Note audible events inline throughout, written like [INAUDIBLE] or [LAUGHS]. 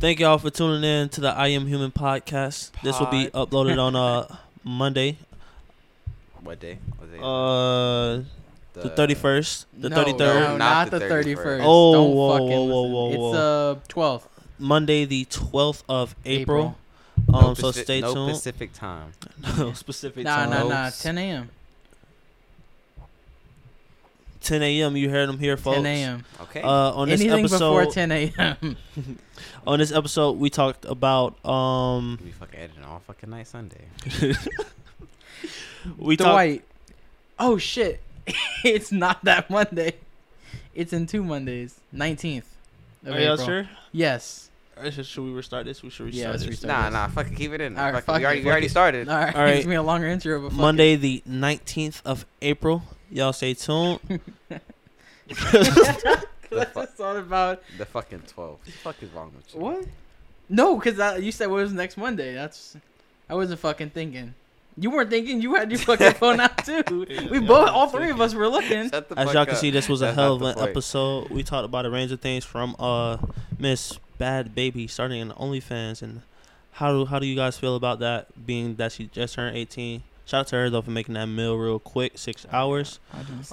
Thank y'all for tuning in to the I Am Human podcast. This will be uploaded on [LAUGHS] uh Monday, What day was it? uh the thirty first, the no, thirty third, No, not the thirty first. Oh, Don't whoa, fucking whoa, whoa, listen. whoa, whoa. It's uh twelfth Monday the twelfth of April. No Um, so Paci- stay no tuned. Pacific time. [LAUGHS] no specific Nah, time. nah, nah. Notes. Ten a.m. Ten a.m. You heard them here, folks. Ten a.m. Okay. Uh, on this Anything before episode, ten a.m. on this episode, we talked about um, we fucking editing all fucking night Sunday. we talked. Dwight. Oh shit! [LAUGHS] it's not that Monday. It's in two Mondays. Nineteenth. Are y'all sure? Yes. Or should- Should we restart this? We should restart Yeah, let's this. restart. Nah, nah. Fucking keep it in. All Fuck right, it, fuck we it, already, we fuck already it. started. All right. All right. Gives me a longer intro, but fuck Monday the nineteenth of April. Y'all stay tuned. It. [LAUGHS] That's what it's all about. The fucking twelve. What the fuck is wrong with you? No, because you said what was next Monday. That's I wasn't fucking thinking. You weren't thinking. You had [LAUGHS] your fucking phone out too. Yeah, We yeah, both, I all was three of us were looking. Shut the As fuck y'all can up. see, this was a That's hell of not an the point. episode. We talked about a range of things from uh Miss Bad Baby starting an OnlyFans and how do how do you guys feel about that? Being that she just turned eighteen. Shout out to her though for making that meal real quick, six hours.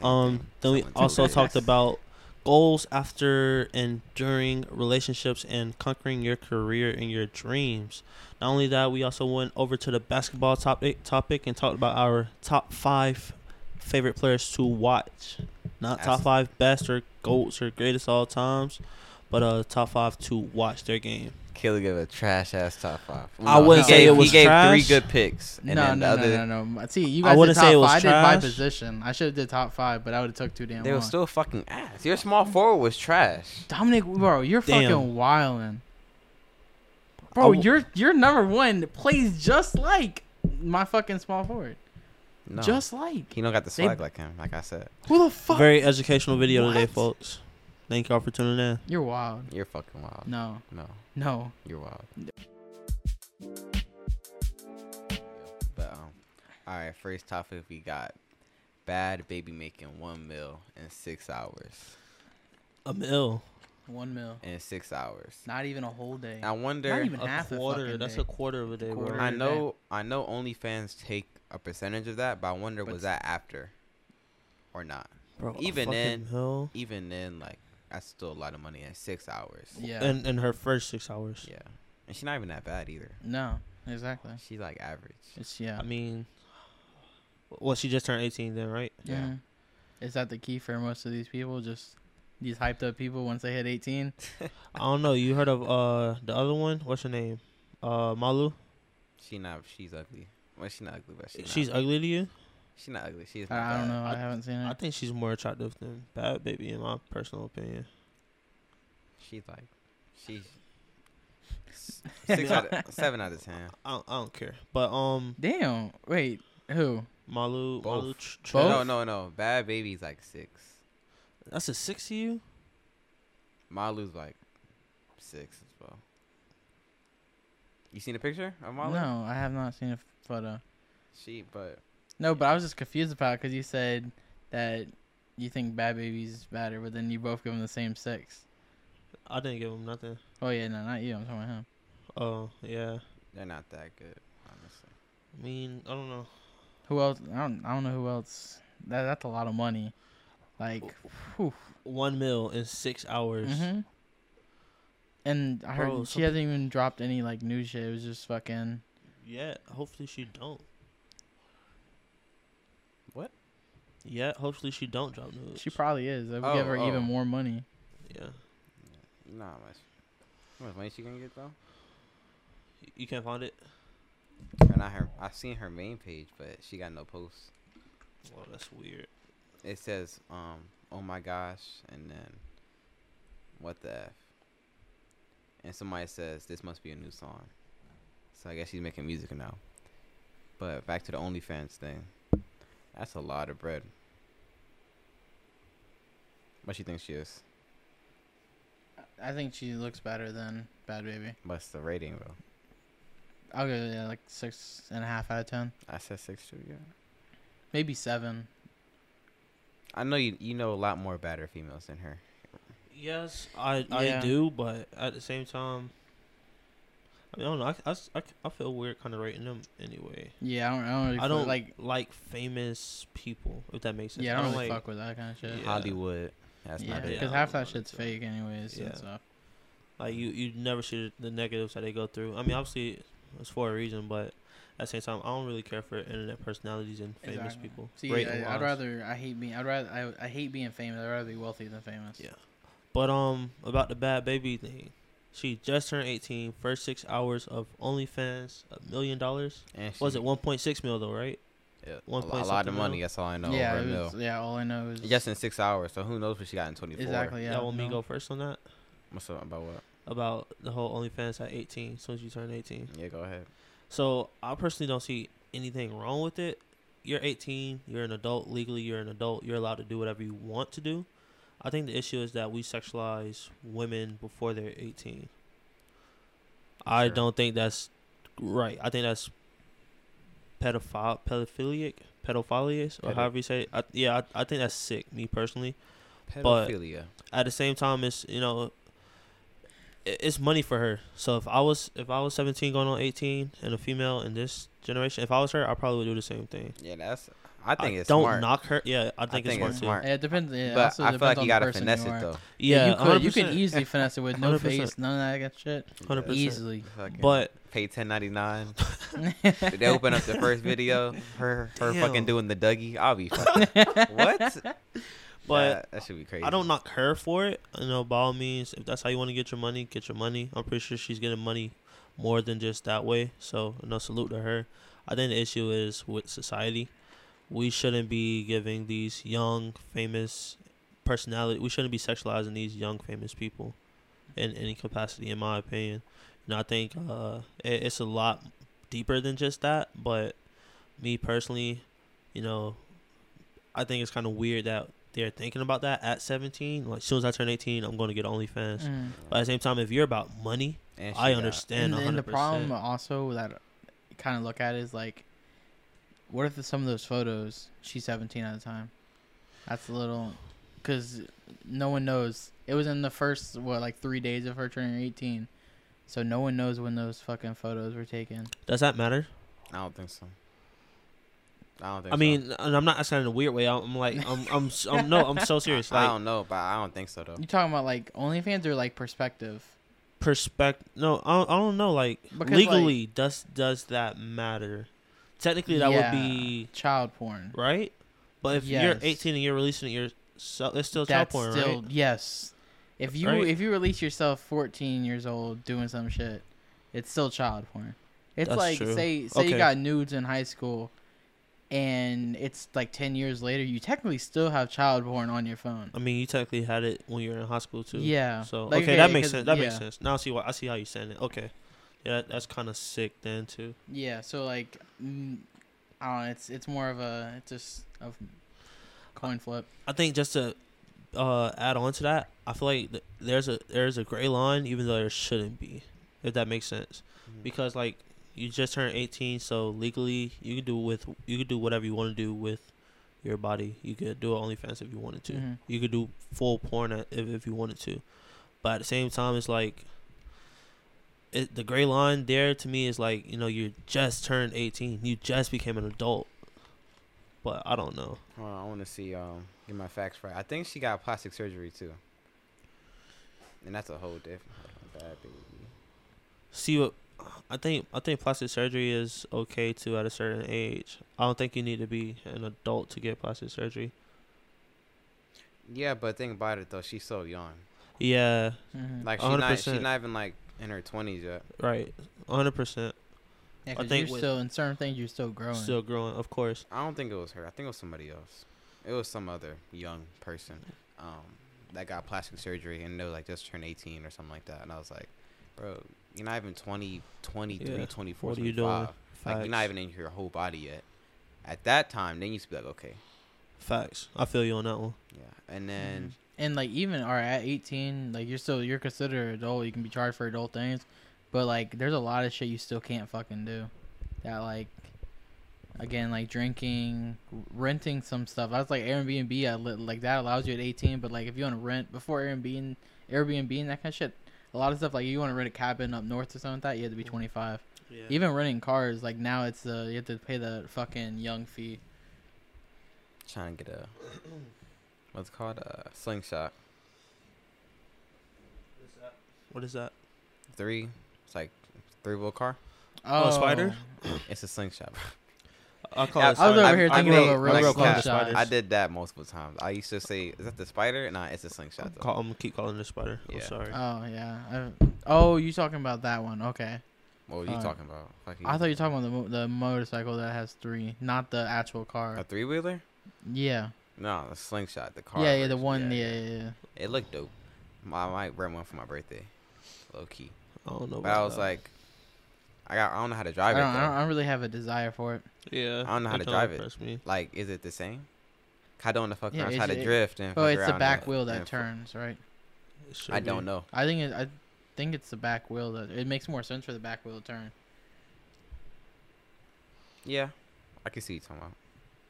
Um, then we Someone told also us. talked about goals after and during relationships and conquering your career and your dreams. Not only that, we also went over to the basketball topic topic and talked about our top five favorite players to watch. Not top Absolutely. five best or goats or greatest all times, but uh top five to watch their game. Killer gave a trash ass top five. I No, wouldn't he say gave- it was He gave trash. three good picks. And no, then the no, other, no, no, no. See, you I guys wouldn't did top say it was five. I did trash. by position. I should have did top five, but I would have took too damn They long. were still fucking ass. Your small forward was trash. Dominic, bro, you're Damn. fucking wildin'. I Bro, w- your your number one plays just like my fucking small forward, No. just like. he don't got the They- swag like him. Like I said, Who the fuck? Very educational video today, What? folks. Thank y'all for tuning in. you're wild. you're fucking wild. No, No, no. you're wild. But um, all right. First topic we got bad baby making one meal in six hours. I'm ill. One mil. In six hours. Not even a whole day. I wonder. even A half a quarter. fucking that's day. a quarter of a day. Quarter. bro. I every day. know I know OnlyFans take a percentage of that, but I wonder But- was that after or not? Bro, a Even fucking then- hell. Even then, like that's still a lot of money at six hours. Yeah. And in her first six hours. Yeah, and she's not even that bad either. no, exactly. She's like average. It's yeah. I mean, well, she just turned 18 then, right? Yeah. Mhm. Is that the key for most of these people? Just these hyped up people once they hit 18? I don't know. You heard of uh the other one? What's her name? Uh, Malu. She not. She's ugly. Well, she's not ugly, but she she's not, ugly to you? she's not ugly. She's. I, I don't know. I, I- haven't seen I it. think she's more attractive than Bad Baby, in my personal opinion. She's like, she's s- six out of, seven out of ten. I don't, I don't care. But um, Damn. Wait. Who? Malu, Malu, Both. Tr- Tr- Both? No, no, no. Bad baby's like six. that's a six to you. Malu's like six as well. You seen a picture of Malu? No, I have not seen a photo. She, but No, but I was just confused about it because you said that you think Bad Baby's better, but then you both give him the same six. I didn't give him nothing. Oh, yeah, no, not you. I'm talking about him. Oh yeah. they're not that good, honestly. I mean, I don't know. Who else? I don't, I don't know who else. That, that's a lot of money. Like, whew. One meal in six hours. hmm And I heard Bro, she hasn't even dropped any like new shit. It was just fucking. Yeah. Hopefully she don't. What? Yeah. Hopefully she don't drop news. She probably is. That would give Oh, her oh. even more money. yeah. You know how much, how much money she can get though. You can't find it. And I her, I seen her main page, but she got no posts. Well, that's weird. It says, um, oh my gosh, and then, what the f? And somebody says this must be a new song. So I guess she's making music now. But back to the OnlyFans thing. That's a lot of bread. What she thinks she is? I think she looks better than Bad Baby. What's the rating though? I'll go yeah, like six and a half out of ten, I said six too. Yeah. maybe seven. I know you. You know a lot more badder females than her. Yes, I I Yeah. do, but at the same time, I, mean, I don't know. I, I, s- I c- I feel weird kind of rating them anyway. Yeah, I don't. I don't, really I don't like. like like famous people, if that makes sense. Yeah, I don't, really like. fuck with that kind of shit. Yeah. Hollywood. That's Yeah, not it. because it. Yeah, I half don't that know. shit's fake, anyways. Yeah. and So. Like you, you never see the negatives that they go through. I mean, obviously, it's for a reason, but at the same time, I don't really care for internet personalities and famous Exactly. people. See, Great I, laws. I'd rather I hate being I'd rather I, I hate being famous. I'd rather be wealthy than famous. Yeah. But um, about the bad baby thing, she just turned 18. First six hours of OnlyFans, a million dollars. And Was she- it 1.6 mil though, right? Yeah, a, one lo- point a lot something of money. mil? That's all I know. yeah, over a it was- mil. yeah. All I know is Just in six hours. So who knows what she got in twenty four? exactly. Yeah, Yeah. want me to no. go first on that What's up about what? about the whole OnlyFans at 18. As soon as you turn 18, Yeah, go ahead. so I personally don't see anything wrong with it. You're 18. You're an adult legally. You're an adult. You're allowed to do whatever you want to do. I think the issue is that we sexualize women before they're 18. I Sure. don't think that's right. I think that's pedophile, pedophilic, pedophilius, or Pedo- however you say. It. I, yeah, I, I think that's sick. Me personally. But- Pedophilia. at the same time it's you know i- it's money for her so if i was if i was 17 going on 18 and a female in this generation if i was her i probably would do the same thing yeah, that's. I think it's don't smart. knock her yeah i think, it's, smart Yeah, it depends. Yeah, but also I feel depends like on you the gotta person finesse you it are. though. too yeah, you could you can 100%. easily finesse it with no 100%. face, none of that good shit. 100%. Easily. Fucking but pay ten ninety [LAUGHS] nine. Did they open up the first video? Her her Damn. fucking doing the Dougie. I'll [LAUGHS] be fucking what? but that, that should be crazy. I don't knock her for it. You know, by all means, if that's how you want to get your money, get your money. I'm pretty sure she's getting money more than just that way. So, you know, salute to her. I think the issue is with society. We shouldn't be giving these young, famous personality. We shouldn't be sexualizing these young, famous people in any capacity, in my opinion. And I think uh, it, it's a lot deeper than just that. But me personally, you know, I think it's kind of weird that they're thinking about that at 17. Like, as soon as I turn 18, I'm going to get OnlyFans. Mm. But at the same time, if you're about money, And she I got- understand And, 100%. and the problem also that kind of look at is like, what if some of those photos she's 17 at the time? That's a little, because no one knows. It was in the first what like three days of her turning 18, so no one knows when those fucking photos were taken. Does that matter? I don't think so. I don't think. I so. mean, and I'm not saying in a weird way. I'm like, I'm, I'm, s- I'm no, I'm so serious. [LAUGHS] I Like, don't know, but I don't think so though. You talking about like OnlyFans or like perspective? perspective. No, I don't, I don't know. Like, Because, legally, does does that matter? Technically, that Yeah. would be Child porn. right. But if you're Yes. 18 and you're releasing it, you're so, it's still child That's porn, still right? yes. If you Right? if you release yourself 14 years old doing some shit, it's still child porn. It's That's like true. say say Okay. you got nudes in high school, and it's like 10 years later, you technically still have child porn on your phone. I mean, you technically had it when you were in high school too. Yeah. So Like, okay, that okay, makes 'cause- sense. That makes yeah. sense. Now I see why I see how you saying it. Okay, yeah, that, that's kind of sick then too. Yeah. So like, mm, I don't know. It's it's more of a it's just a coin flip. I think just to uh, add on to that, I feel like th- there's a there's a gray line, even though there shouldn't be, if that makes sense. Mhm. Because like you just turned 18, so legally you could do with you could do whatever you want to do with your body. You could do OnlyFans if you wanted to. Mhm. You could do full porn at- if if you wanted to. But at the same time, it's like. It, the gray line there to me is like you know you just turned 18 you just became an adult but i don't know Hold on, I want to see. Um, get my facts right. I think she got plastic surgery too, and that's a whole different bad baby. see what I think I think plastic surgery is okay too at a certain age. I don't think you need to be an adult to get plastic surgery. Yeah, but think about it though. She's so young. Yeah, Mhm. Like she's not. She's 100%. not even like in her twenties yet. right. 100% Yeah, I 'cause think you're with- still in certain things you're still growing. still growing, of course. I don't think it was her. I think it was somebody else. It was some other young person um, that got plastic surgery and they were like just turned 18 or something like that. And I was like, bro, you're not even 20, 23, Yeah. 24, What are you 25. doing? Like, Facts. you're not even in your whole body yet. At that time, then you used to be like, okay, Facts. I feel you on that one. yeah. And then, Mm-hmm. and like even all right at 18 like you're still you're considered adult you can be charged for adult things But like, there's a lot of shit you still can't fucking do. That like, again, like drinking, renting some stuff. That's like Airbnb. I li- like that allows you at 18. But like, if you want to rent before Airbnb and Airbnb and that kind of shit, a lot of stuff like you want to rent a cabin up north or something like that, you had to be 25. Mm-hmm. Yeah. Even renting cars, like now it's uh, you have to pay the fucking young fee. Trying to get a what's it called a slingshot what is that? three. It's like three wheel car. Oh, a spider? It's a slingshot. I call Yeah, it. I was spider. over here I- I thinking made- of a I real made slingshot. cats. I did that multiple times. I used to say, "Is that the spider?" Nah, it's a slingshot. Though. Call, I'm gonna keep calling it a spider. I'm Yeah. sorry. Oh yeah. I, oh, you talking about that one? Okay. What were you uh, talking about? Fuck I thought you were talking about the mo- the motorcycle that has three, not the actual car. a three wheeler. Yeah. No, the slingshot, the car. yeah, yeah, the version. one. Yeah, yeah, yeah. It looked dope. I might rent one for my birthday, low key. I don't know. But I about was that. like, I got, I don't know how to Oh, I, drive don't, it. Though. I don't. I don't really have a desire for it. yeah. I don't know how that to don't drive it. impress Me. Like, is it the same? 'Cause I don't want to fuck Yeah, around, it's- try to it- drift and. Oh, fuck it's the around back and- wheel that and fu- turns, right? It should I be. don't know. I think it, I think it's the back wheel that it makes more sense for the back wheel to turn. Yeah, I can see you talking about.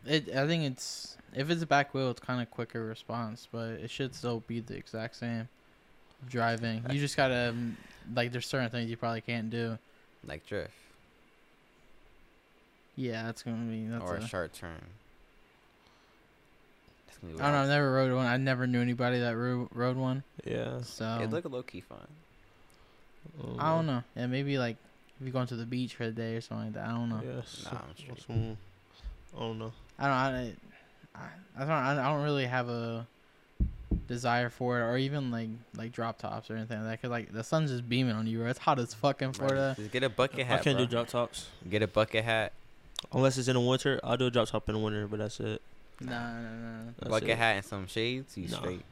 It. I think it's if it's a back wheel, it's kind of quicker response, but it should still be the exact same. Driving, you just gotta um, like. There's certain things you probably can't do. like drift Yeah, that's gonna be. That's or a- a sharp turn. That's gonna be I don't know. I wild. never rode one. I never knew anybody that ro- rode one. Yeah. So It looked low key fun. I Mm. don't know. Yeah, maybe like if you're going to the beach for a day or something like that. I don't know. Yeah. so- Nah, I'm straight. some- I don't know. I don't. I, I, I don't. I don't really have a desire for it, or even like like drop tops or anything like that. Cause like the sun's just beaming on you, bro. It's hot as fuck in Bro, Florida. Just get a bucket uh, I hat. can't bro. do drop tops Get a bucket hat. unless it's in the winter. I'll do a drop top in the winter, but that's it. Nah, nah, nah. nah. That's bucket it. hat and some shades. You Nah, straight.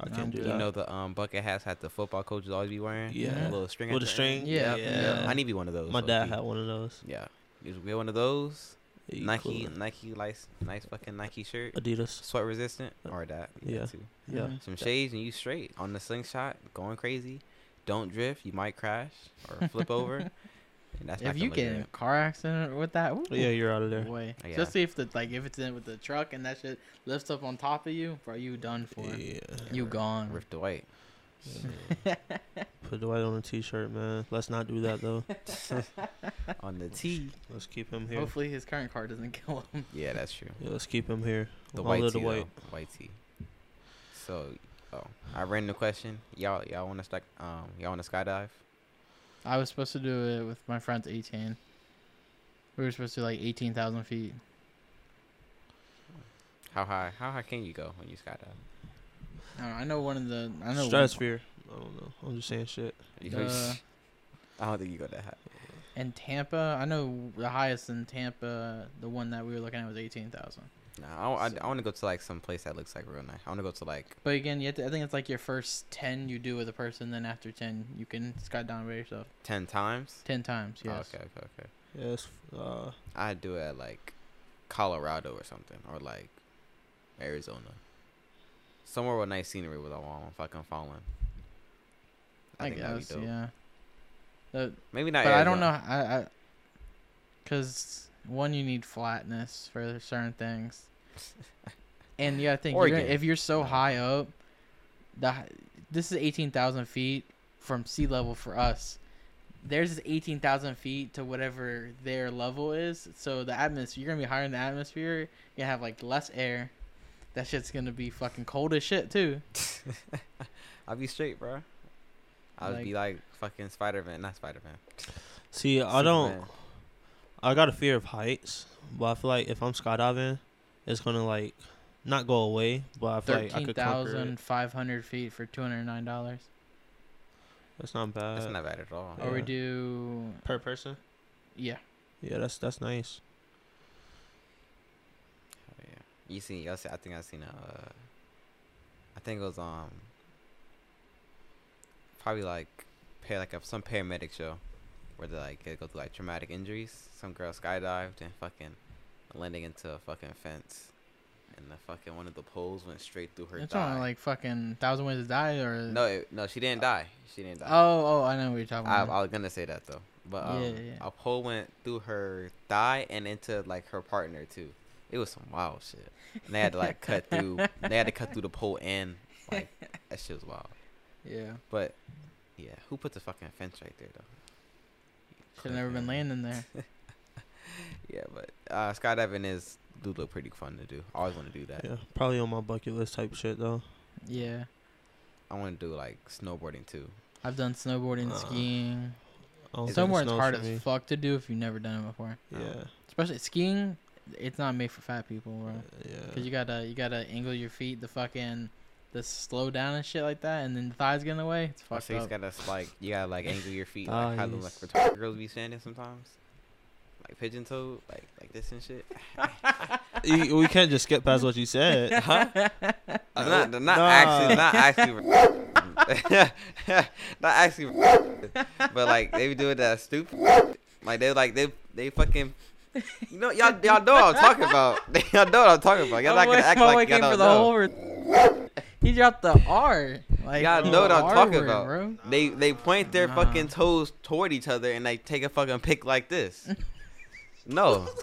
I Um, can't do You that. know the um bucket hats that the football coaches always be wearing. Yeah. A little string. at With a the string. end? Yeah, Yeah. yeah. I need to be one of those. My low dad key. had one of those. Yeah. You just wear one of those. Yeah, you Nike, cool. Nike, nice, nice fucking Nike shirt. Adidas. Sweat resistant or that. Yeah. too. Yeah. Mhm. Some shades and you straight on the slingshot, going crazy. Don't drift. You might crash or flip over. And that's not If gonna you look get in a good. car accident with that, ooh, Yeah, you're out of there. boy. Yeah. Especially if the like if it's in with the truck and that shit lifts up on top of you, bro. You done for. Yeah. You gone. Rift Dwight. [LAUGHS] Put Dwight on a t-shirt, man. Let's not do that though. on the [LAUGHS] T. Let's keep him here. Hopefully his current car doesn't [LAUGHS] kill him. Yeah, that's true. Yeah, let's keep him here. The My white E little tea, white. though. white tea. So, oh, I ran the question. Y'all, y'all want to stack? Um, y'all want to skydive? I was supposed to do it with my friend's 18. We were supposed to do like 18,000 feet. How high? How high can you go when you skydive? I don't know. I know one of the. I know. one- Stratosphere. I don't know. I'm just saying shit. You go- Uh, I don't think you go that high. in Tampa, I know the highest in Tampa, the one that we were looking at was 18,000. No, I, I, want to go to like some place that looks like real nice. I want to go to like But again, you have to, I think it's like your first 10 you do with a person, then after 10, you can skydive down by yourself. ten times. 10 times, Oh, yes. okay, okay, okay. Yes. Uh, I'd do it at like Colorado or something, or like Arizona. Somewhere with nice scenery with a wall. If I can fall in, I, that'd guess, yeah. The- Maybe not. but I don't Arizona. know. I. I Because, one, you need flatness for certain things. And you gotta think you're gonna- Oregon. if you're so high up, the hi- this is eighteen thousand feet from sea level for us. Theirs is eighteen thousand feet to whatever their level is. So the atmosphere, you're gonna be higher in the atmosphere. You're gonna have like less air. That shit's gonna be fucking cold as shit too. I'll be straight, bro. I'll Like- be like fucking Spider Man, not Spider Man. see, I don't. I got a fear of heights, but I feel like if I'm skydiving, it's gonna like not go away. But I feel like I Thirteen could conquer it. thousand five hundred feet for two hundred nine dollars. That's not bad. That's not bad at all. Or Oh, we yeah. do per person. yeah. Yeah, that's that's nice. Oh, yeah. You seen? Y'all see? I think I seen a. Uh, I think it was um. Probably like, pay like a, some paramedic show, where they like they go through like traumatic injuries. Some girl skydived and fucking landing into a fucking fence. and the fucking one of the poles went straight through her It's thigh. on like fucking Thousand Ways to Die or no, it, no, she didn't die. She didn't die. Oh, oh, I know what you're talking I, about. I was gonna say that though, but um, Yeah, yeah. a pole went through her thigh and into like her partner too. It was some wild shit. And they had to like cut [LAUGHS] through. They had to cut through the pole and like that shit was wild. yeah, But yeah, who put the fucking fence right there though? should have never been laying [LAUGHS] in there. Yeah, but uh, skydiving is do look pretty fun to do. I always want to do that. Yeah, probably on my bucket list type shit though. Yeah, I want to do like snowboarding too. I've done snowboarding, Uh, skiing. I don't think Snowboarding's snows hard for me. as fuck to do if you've never done it before. Yeah, Especially skiing, it's not made for fat people, Uh, bro. Cause yeah. you gotta you gotta angle your feet, the fucking, the slow down and shit like that, and then the thighs get in the way. It's I fucked so you up. just gotta like you gotta like angle your feet like how the like Thighs. retarded girls be standing sometimes, like pigeon toed, like like this and shit. [LAUGHS] You- we can't just skip past what you [LAUGHS] said. They're Uh, not, they're not nah. actually, not actually, [LAUGHS] [LAUGHS] not actually, but like they be doing that stupid, like they like they they fucking, you know y'all y'all know what I'm talking about. [LAUGHS] y'all know what I'm talking about. Y'all [LAUGHS] My not gonna boy- act my boy like y'all Oh, came for don't the know. whole re- [LAUGHS] he dropped the R. Like, Y'all the know what I'm R talking word, about. [LAUGHS] bro. They they point their Nah. fucking toes toward each other and they take a fucking pic like [LAUGHS] this. no. [LAUGHS]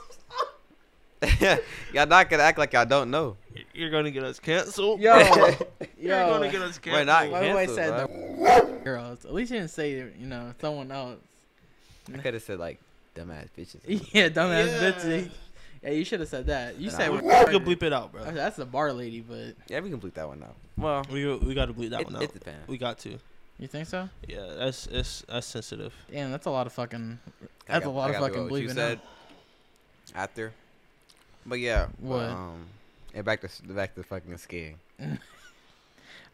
y'all not gonna act like y'all don't know. You're gonna get us canceled. [LAUGHS] Yo, [LAUGHS] You're yo. gonna get us We're canceled. not Why would I canceled, say bro. [LAUGHS] girls. At least you didn't say you know someone else. [LAUGHS] I could have said like dumbass bitches. yeah, dumbass Yeah. bitches. Yeah, you should have said that. You Nah, said we- we we're could bleep it out, Okay, bro. That's the bar lady, but Yeah, we can bleep that one out. Well, We we gotta bleep that it, one it out. depends. We got to. you think so? Yeah, that's it's that's sensitive. Damn, that's a lot of fucking. I That's got- a lot I of gotta fucking go with what you bleeping said after. But yeah, What? But, um, and back to back to fucking [LAUGHS] skiing.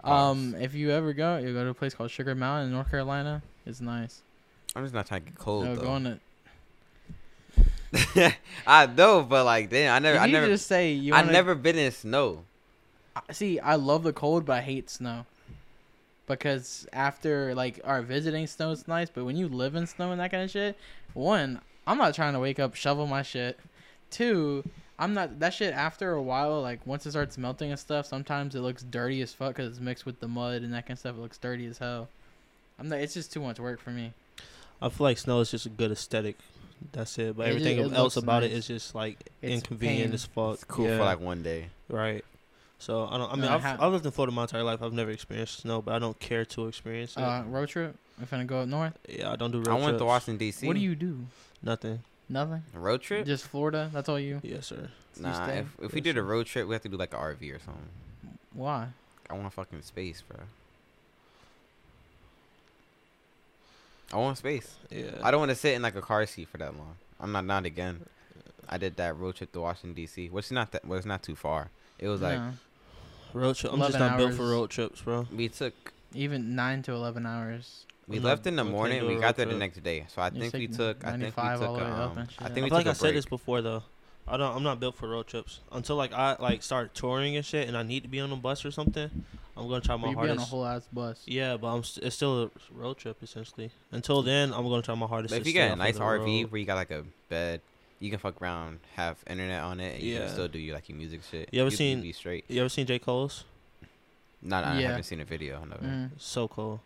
Um, if you ever go, you go to a place called Sugar Mountain in North Carolina. It's nice. I'm just not trying to get cold no, though. go on it. I know, but like, damn, I never, If I you never, just say you. I Wanna, never been in snow. I- See, I love the cold, but I hate snow. Because after like our visiting snow is nice, but when you live in snow and that kind of shit, one, I'm not trying to wake up shovel my shit. Two, I'm not that shit. After a while, like once it starts melting and stuff, sometimes it looks dirty as fuck because it's mixed with the mud and that kind of stuff. It looks dirty as hell. I'm not. It's just too much work for me. I feel like snow is just a good aesthetic. That's it. But It ju- everything it else looks about it nice. is just like It's inconvenient pain. as fuck. It's cool Yeah, for like one day. right. So I don't. I mean, No, it I've, hap- I've lived in Florida my entire life. I've never experienced snow, but I don't care to experience it. Uh, road trip. I'm finna go up north. yeah, I don't do road I went trips. to Washington D.C. What do you do? Nothing. Nothing. road trip? Just Florida. That's all you. Yes, sir. you Nah, stay? if, if we Yeah, did a sure. road trip, we have to do like an RV or something. Why? I want fucking space, bro. I want space. Yeah. I don't want to sit in like a car seat for that long. I'm not not again. I did that road trip to Washington D.C., which is not that was not too far. It was like No. road trip. I'm just 11 not built for hours. road trips, bro. we took even nine to eleven hours. we I'm not- left in the I can't morning. do a We road got there the trip. next day, so I Just think we take took I think we 95 all took the way a, up um, and I shit. think we I feel like took I a said break. this before though. I don't. I'm not built for road trips until like I like start touring and shit, and I need to be on a bus or something. I'm gonna try my But you'd be on a hardest. whole ass bus. Yeah, but I'm st- it's still a road trip essentially. Until then, I'm gonna try my hardest. But to if you stay get a off of nice the RV road. where you got like a bed, you can fuck around, have internet on it, and you Yeah. can still do your like your music shit. You ever can seen- be straight? you ever seen J Cole's? Not I Yeah. haven't seen a video. I know. Mhm. So cool,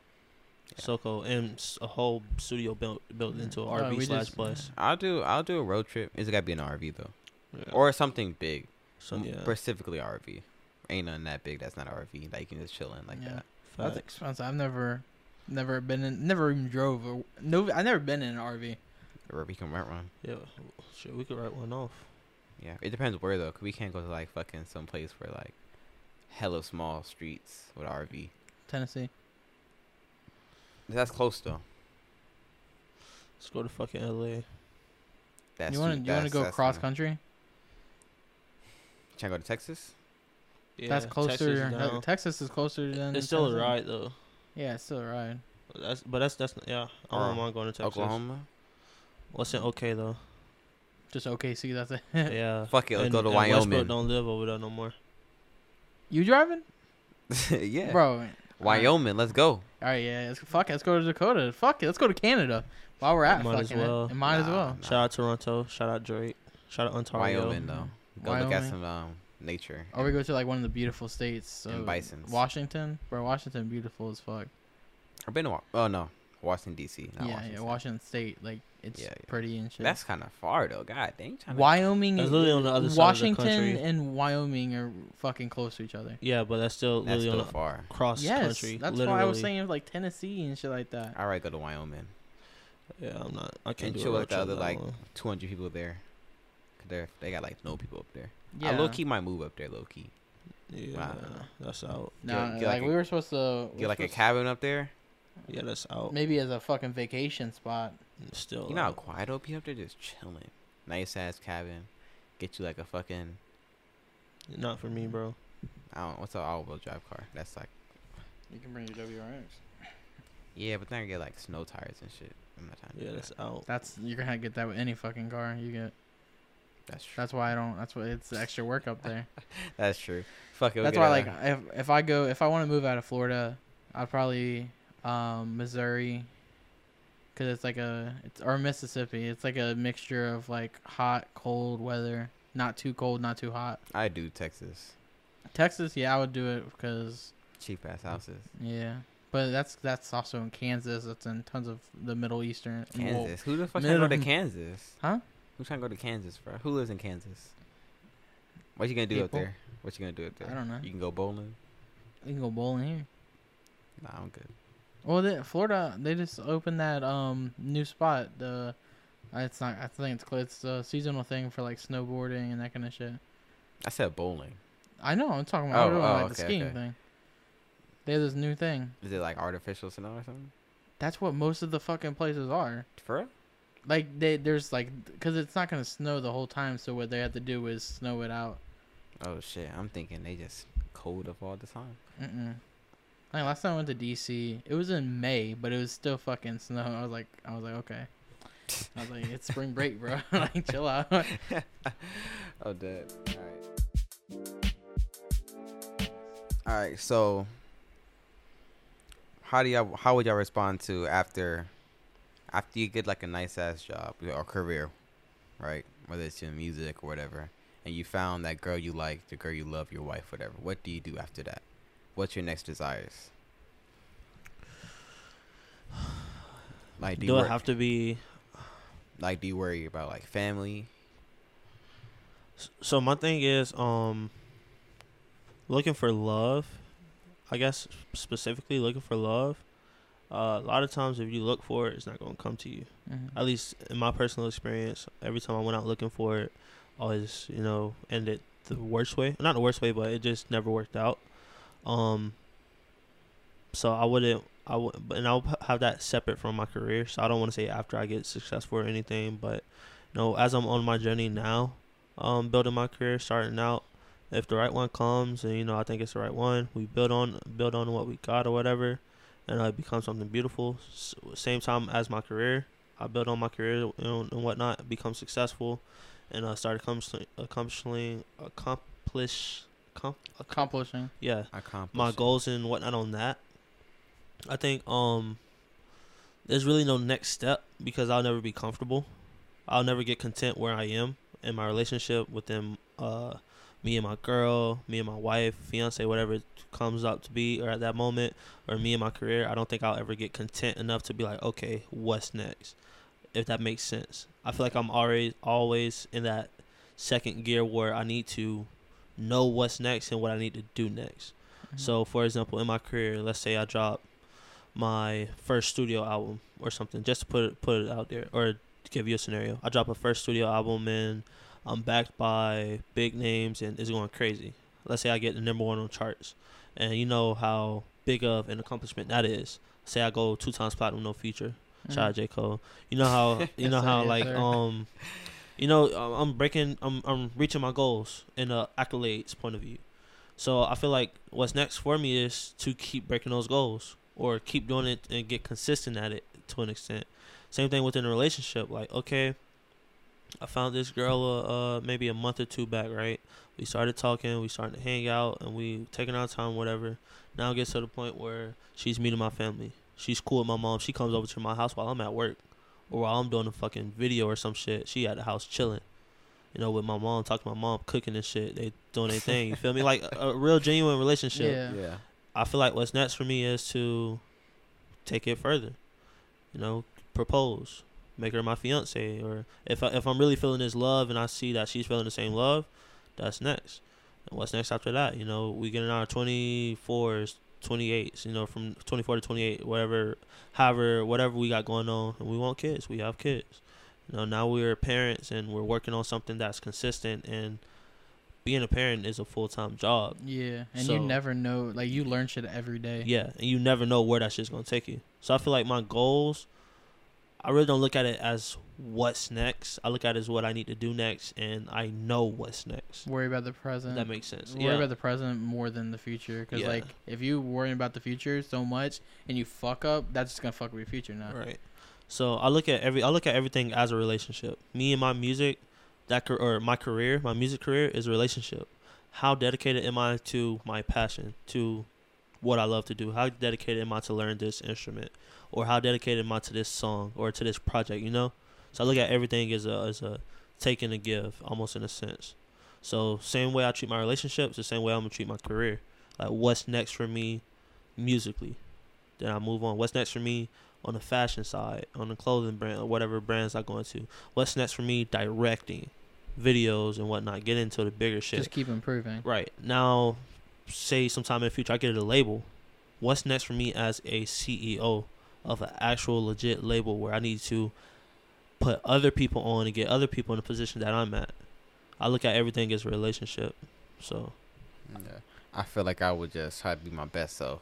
Yeah. so cool, and s- a whole studio built built into an No, RV Oh, Uh, we slash just- bus. I'll do I'll do a road trip. It's gotta be an RV though, Yeah. or something big, so M- yeah, specifically RV. Ain't nothing that big that's not RV that you can just chill in like Yeah. that. That's facts. expensive. I've never, never been in, never even drove. Or, no, I've never been in an RV. Or we can rent one. yeah. Shit, we could write one off. Yeah, it depends where though. 'cause we can't go to like fucking some place where like hella small streets with RV. Tennessee. That's close though. Let's go to fucking LA. That's you want to too- you want to that's- go that's cross kinda- country? Can I go to Texas? Yeah, That's Texas is closer. Texas, down. Texas is closer than. It's still a Tennessee. ride though. Yeah, it's still a ride. That's but that's that's yeah. I Or don't mind going to Texas. Oklahoma. Wasn't okay though. Just OKC. That's it. Yeah. Fuck it, let's And- go to and Westbrook Wyoming. Don't live over there no more. [LAUGHS] you driving, [LAUGHS] yeah, bro? Wyoming. Let's go. All right, yeah. Let's, fuck. it, Let's go to Dakota. Fuck it. Let's go to Canada. While we're at Might as fucking it. well. it. Might as Nah, well. nah. Shout out Toronto. Shout out Drake. Shout out Ontario. Wyoming though. Go look Wyoming. at some um nature. Or we go to like one of the beautiful states. So And bisons. Washington, bro. Washington, beautiful as fuck. I've been to. Wa- Oh no, Washington D.C. Not yeah, Washington. yeah. State. Washington State, like it's Yeah, yeah. pretty and shit. That's kind of far though. God, dang. tryna- Wyoming. That's Is, literally on the other side of the Washington country. and Wyoming are fucking close to each other. Yeah, but that's still That's literally still on the far. cross yes, country. that's literally. why I was saying like Tennessee and shit like that. All right, go to Wyoming. Yeah, I'm not. I can't And do chill a road with the trip other that like long. 200 people there. 'Cause They're, they got like no people up there. Yeah, I low key might move up there. Low key, Yeah, Wow. that's out. No, get- get like, like a- we were supposed to get like a supposed- cabin up there. Yeah, that's out. maybe as a fucking vacation spot. Still, You know how out. quiet it'll be up there, just chilling. Nice ass cabin. Get you like a fucking not for me, bro. I don't what's an all wheel drive car. That's like You can bring your WRX. yeah, but then I get like snow tires and shit. I'm not trying to. Yeah, do that's that. out. That's you're gonna get that with any fucking car you get. that's true. That's why I don't. That's why it's extra work up there. That's true. Fuck it. we'll That's get why, a- like, if if I go, if I want to move out of Florida, I'd probably um, Missouri, because it's like a, it's or Mississippi. It's like a mixture of like hot, cold weather. Not too cold, not too hot. I do Texas Texas, yeah, I would do it because cheap ass houses. yeah, but that's that's also in Kansas. It's in tons of the Middle Eastern. well, Kansas. Who the fuck trying to go to minimum- Kansas? Huh? Who trying to go to Kansas, bro? Who lives in Kansas? What you gonna do up People. there? What you gonna do up there? I don't know. You can go bowling. We can go bowling here. Nah, I'm good. Well, the, Florida, they just opened that um new spot. The uh, it's not. I think it's cl- it's a seasonal thing for like snowboarding and that kind of shit. I said bowling. I know. I'm talking about. Oh, I'm talking oh, about, like the okay, skiing okay. thing. They have this new thing. Is it like artificial snow or something? That's what most of the fucking places are. For real? Like they there's like because it's not gonna snow the whole time. So what they have to do is snow it out. Oh shit! I'm thinking they just cold up all the time. Mm-mm. Like last time I went to DC, it was in May, but it was still fucking snow. I was like, I was like, okay. I was like, it's spring break, bro. [LAUGHS] like, [LAUGHS] chill out. Oh, dead. All right. All right. So, how do y'all? How would y'all respond to after, after you get like a nice ass job or career, right? Whether it's in music or whatever, and you found that girl you like, the girl you love, your wife, whatever. What do you do after that? What's your next desires? Like, do, you Do I wor- have to be? like, do you worry about like family? S- So my thing is, um, looking for love. I guess specifically looking for love. Uh, a lot of times, if you look for it, it's not gonna come to you. Mhm. At least in my personal experience, every time I went out looking for it, always you know ended the worst way. Not the worst way, but it just never worked out. Um. So I wouldn't. I would, and I'll p- have that separate from my career. So I don't want to say after I get successful or anything, but you know, as I'm on my journey now, um, building my career, starting out. If the right one comes, and you know, I think it's the right one, we build on build on what we got or whatever, and uh, it becomes something beautiful. S- same time as my career, I build on my career you know, and whatnot, become successful, and uh, start accomplishing accomplishing accomplish com- Accomplishing. yeah Accomplish my goals and whatnot on that. I think um there's really no next step because I'll never be comfortable. I'll never get content where I am in my relationship within uh me and my girl, me and my wife, fiance, whatever it comes up to be or at that moment, or me and my career, I don't think I'll ever get content enough to be like, okay, what's next? If that makes sense. I feel like I'm already always in that second gear where I need to know what's next and what I need to do next. Mhm. Mm-hmm. So, for example, in my career, let's say I drop my first studio album or something, just to put it, put it out there, or to give you a scenario. I drop a first studio album and I'm backed by big names and it's going crazy. Let's say I get the number one on charts, and you know how big of an accomplishment that is. Say I go two times platinum, no feature. Shout out Mhm. J Cole. You know [LAUGHS] how you know Yes, how sir, yes, like sir. um, you know um, I'm breaking I'm I'm reaching my goals in a accolades point of view. So I feel like what's next for me is to keep breaking those goals or keep doing it and get consistent at it to an extent. Same thing within a relationship. Like okay, I found this girl uh, uh maybe a month or two back, right? We started talking, we started to hang out, and we taking our time, whatever. Now it gets to the point where she's meeting my family. She's cool with my mom. She comes over to my house while I'm at work, or while I'm doing a fucking video or some shit. She at the house chilling. you know, with my mom, talk to my mom, cooking and shit. They doing their thing. You feel me? Like a, a real genuine relationship. Yeah. yeah. I feel like what's next for me is to take it further. You know, propose, make her my fiance, or if I, if I'm really feeling this love and I see that she's feeling the same love, that's next. And what's next after that? You know, we get in our 24s, 28s. You know, from 24 to 28, whatever, however, whatever we got going on, and we want kids. We have kids. You know, now we're parents and we're working on something that's consistent. And being a parent is a full time job. Yeah, and So- you never know. Like you learn shit every day. Yeah, and you never know where that shit's gonna take you. So I feel like my goals, I really don't look at it as what's next. I look at it as what I need to do next, and I know what's next. Worry about the present. That makes sense. worry Yeah, about the present more than the future. Because Yeah. like if you worry about the future so much and you fuck up, that's just gonna fuck up your future now. right. So I look at every I look at everything as a relationship. Me and my music, that car- or my career, my music career is a relationship. How dedicated am I to my passion, to what I love to do? How dedicated am I to learn this instrument, or how dedicated am I to this song or to this project? You know, so I look at everything as a as a take and a give, almost in a sense. So same way I treat my relationships, the same way I'm gonna treat my career. Like what's next for me, musically, then I move on. What's next for me on the fashion side, on the clothing brand, or whatever brands I go into. What's next for me directing videos and whatnot. Get into the bigger shit. Just keep improving. Right. Now, say sometime in the future I get a label. What's next for me as a CEO of an actual legit label where I need to put other people on and get other people in the position that I'm at? I look at everything as a relationship. So, Yeah. I feel like I would just try to be my best self.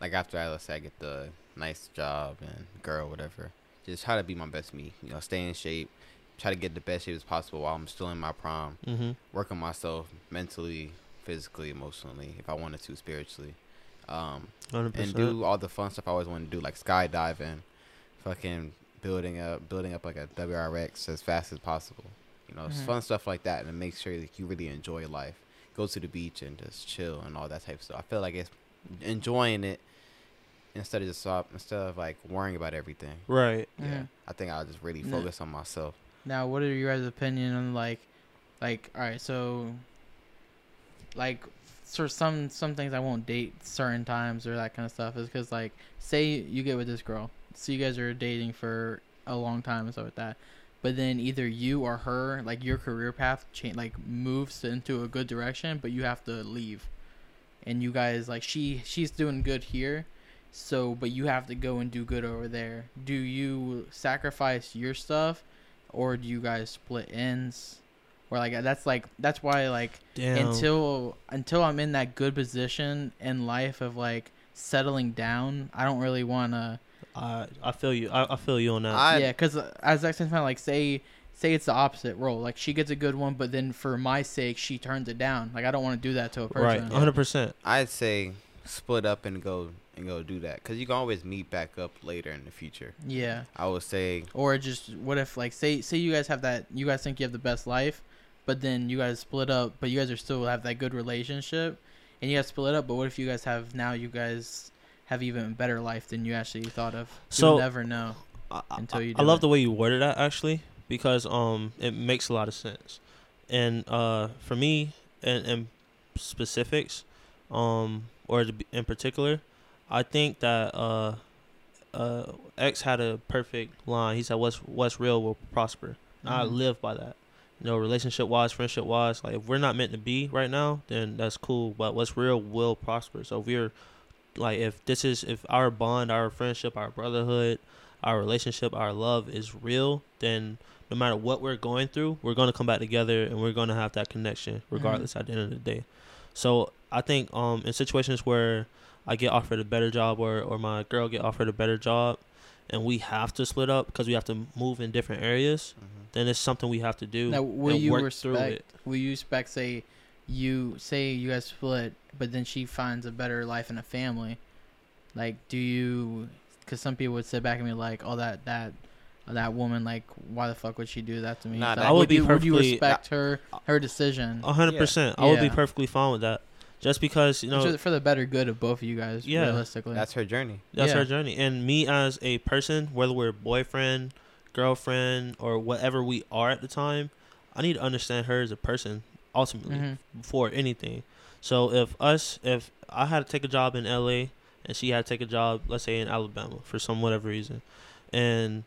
Like after I let's say I get the nice job and girl, whatever. Just try to be my best me. You know, stay in shape. Try to get the best shape as possible while I'm still in my prime. mm-hmm. Work on myself mentally, physically, emotionally, if I wanted to, spiritually. Um, 100%. and do all the fun stuff I always wanted to do, like skydiving, fucking building up, building up like a WRX as fast as possible. You know, it's Mhm. fun stuff like that, and it makes sure that you really enjoy life. Go to the beach and just chill and all that type of stuff. I feel like it's enjoying it instead of just stop, instead of like worrying about everything. right. Yeah, Mhm. I think I'll just really Yeah. focus on myself. Now, what are your guys' opinion on like, like all right, so, like, sort some some things I won't date certain times or that kind of stuff is because like, say you get with this girl, so you guys are dating for a long time and stuff like that, but then either you or her, like your career path, change like moves into a good direction, but you have to leave, and you guys like she she's doing good here. So, but you have to go and do good over there. Do you sacrifice your stuff or do you guys split ends or like that's like that's why like Damn. until until i'm in that good position in life of like settling down i don't really want to I, I feel you. I, I feel you on that. I- yeah because as i said like say say it's the opposite role like she gets a good one but then for my sake she turns it down like i don't want to do that to a right. person 100%. I'd say split up and go and go do that because you can always meet back up later in the future. yeah I would say or just what if like say say you guys have that you guys think you have the best life but then you guys split up but you guys are still have that good relationship and you guys split up but what if you guys have now you guys have even better life than you actually thought of So- you'll never know I- I- until you I do love it. the way you worded that actually because um it makes a lot of sense, and uh for me and, and specifics, um or to be- in particular, I think that uh uh X had a perfect line. He said, "What's what's real will prosper." And I Mhm. live by that. You know, relationship wise, friendship wise, like if we're not meant to be right now, then that's cool. But what's real will prosper. So if we're like if this is if our bond, our friendship, our brotherhood, our relationship, our love is real, then no matter what we're going through, we're gonna come back together and we're gonna have that connection regardless at the end of the day. So I think um in situations where I get offered a better job or, or my girl get offered a better job and we have to split up because we have to move in different areas, mhm. Mm-hmm. then it's something we have to do. now will and you work through respect it. will you respect say you say you guys split but then she finds a better life and a family like do you because some people would sit back and be like oh that that that woman like why the fuck would she do that to me Nah, Like, that- I would would, be you, would you perfectly- uh, respect her her decision A hundred Yeah. percent. I would be Yeah. perfectly fine with that. Just because, you know, It's for the better good of both of you guys Yeah. realistically that's her journey. That's Yeah. her journey. And me as a person, whether we're boyfriend, girlfriend, or whatever we are at the time, I need to understand her as a person ultimately Mhm. before anything. So if us, if I had to take a job in LA and she had to take a job, let's say in Alabama for some whatever reason, and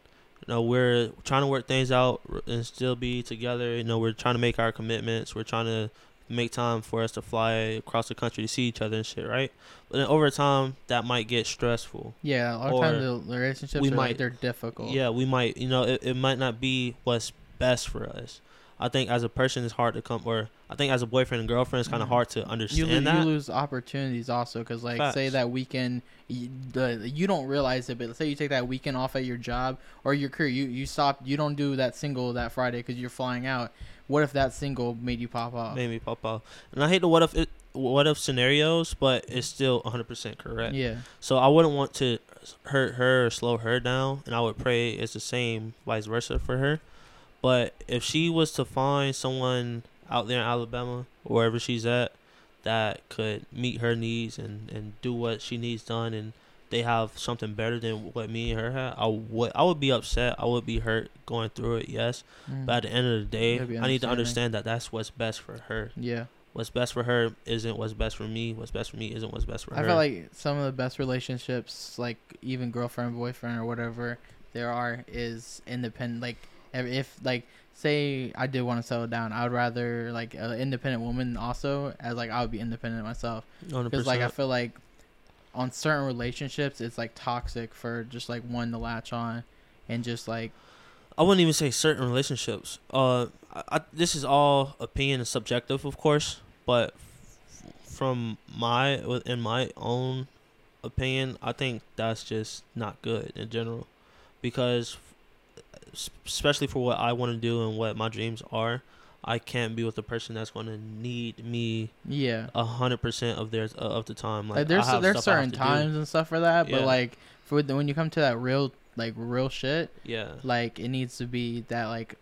you know we're trying to work things out r- and still be together. You know we're trying to make our commitments. We're trying to make time for us to fly across the country to see each other and shit, right? But then over time, that might get stressful. Yeah, a lot Or of times the- the relationships we are might- like they're difficult. Yeah, we might, you know, it, it might not be what's best for us. I think as a person, it's hard to come, or I think as a boyfriend and girlfriend, it's kind of Mhm. hard to you, understand lo- that. you lose opportunities also because like say Facts. that weekend you, the, you don't realize it but say you take that weekend off at your job or your career you, you stop you don't do that single that friday because you're flying out what if that single made you pop off Made me pop out, and I hate the what if it, what if scenarios, but it's still 100% correct. yeah So I wouldn't want to hurt her or slow her down, and I would pray it's the same vice versa for her. But if she was to find someone out there in Alabama, wherever she's at, that could meet her needs and, and do what she needs done, and they have something better than what me and her had, I would I would be upset. I would be hurt going through it, yes. Mm. But at the end of the day, Gotta be I need to understanding. understand that that's what's best for her. yeah What's best for her isn't what's best for me. What's best for me isn't what's best for i her. feel like some of the best relationships like even girlfriend boyfriend or whatever there are is independent like if- if like say i did want to settle down i would rather like an independent woman also as like i would be independent myself because 100%. like I feel like on certain relationships it's like toxic for just like one to latch on and just like I wouldn't even say certain relationships. Uh, I, I, this is all opinion and subjective, of course, but f- from my in my own opinion, I think that's just not good in general, because s- especially for what I want to do and what my dreams are, I can't be with a person that's going to need me yeah a hundred percent of their of the time. Like, like there's I have there's stuff I certain have to do. times and stuff for that Yeah. but like for the, when you come to that real like real shit Yeah. like it needs to be that like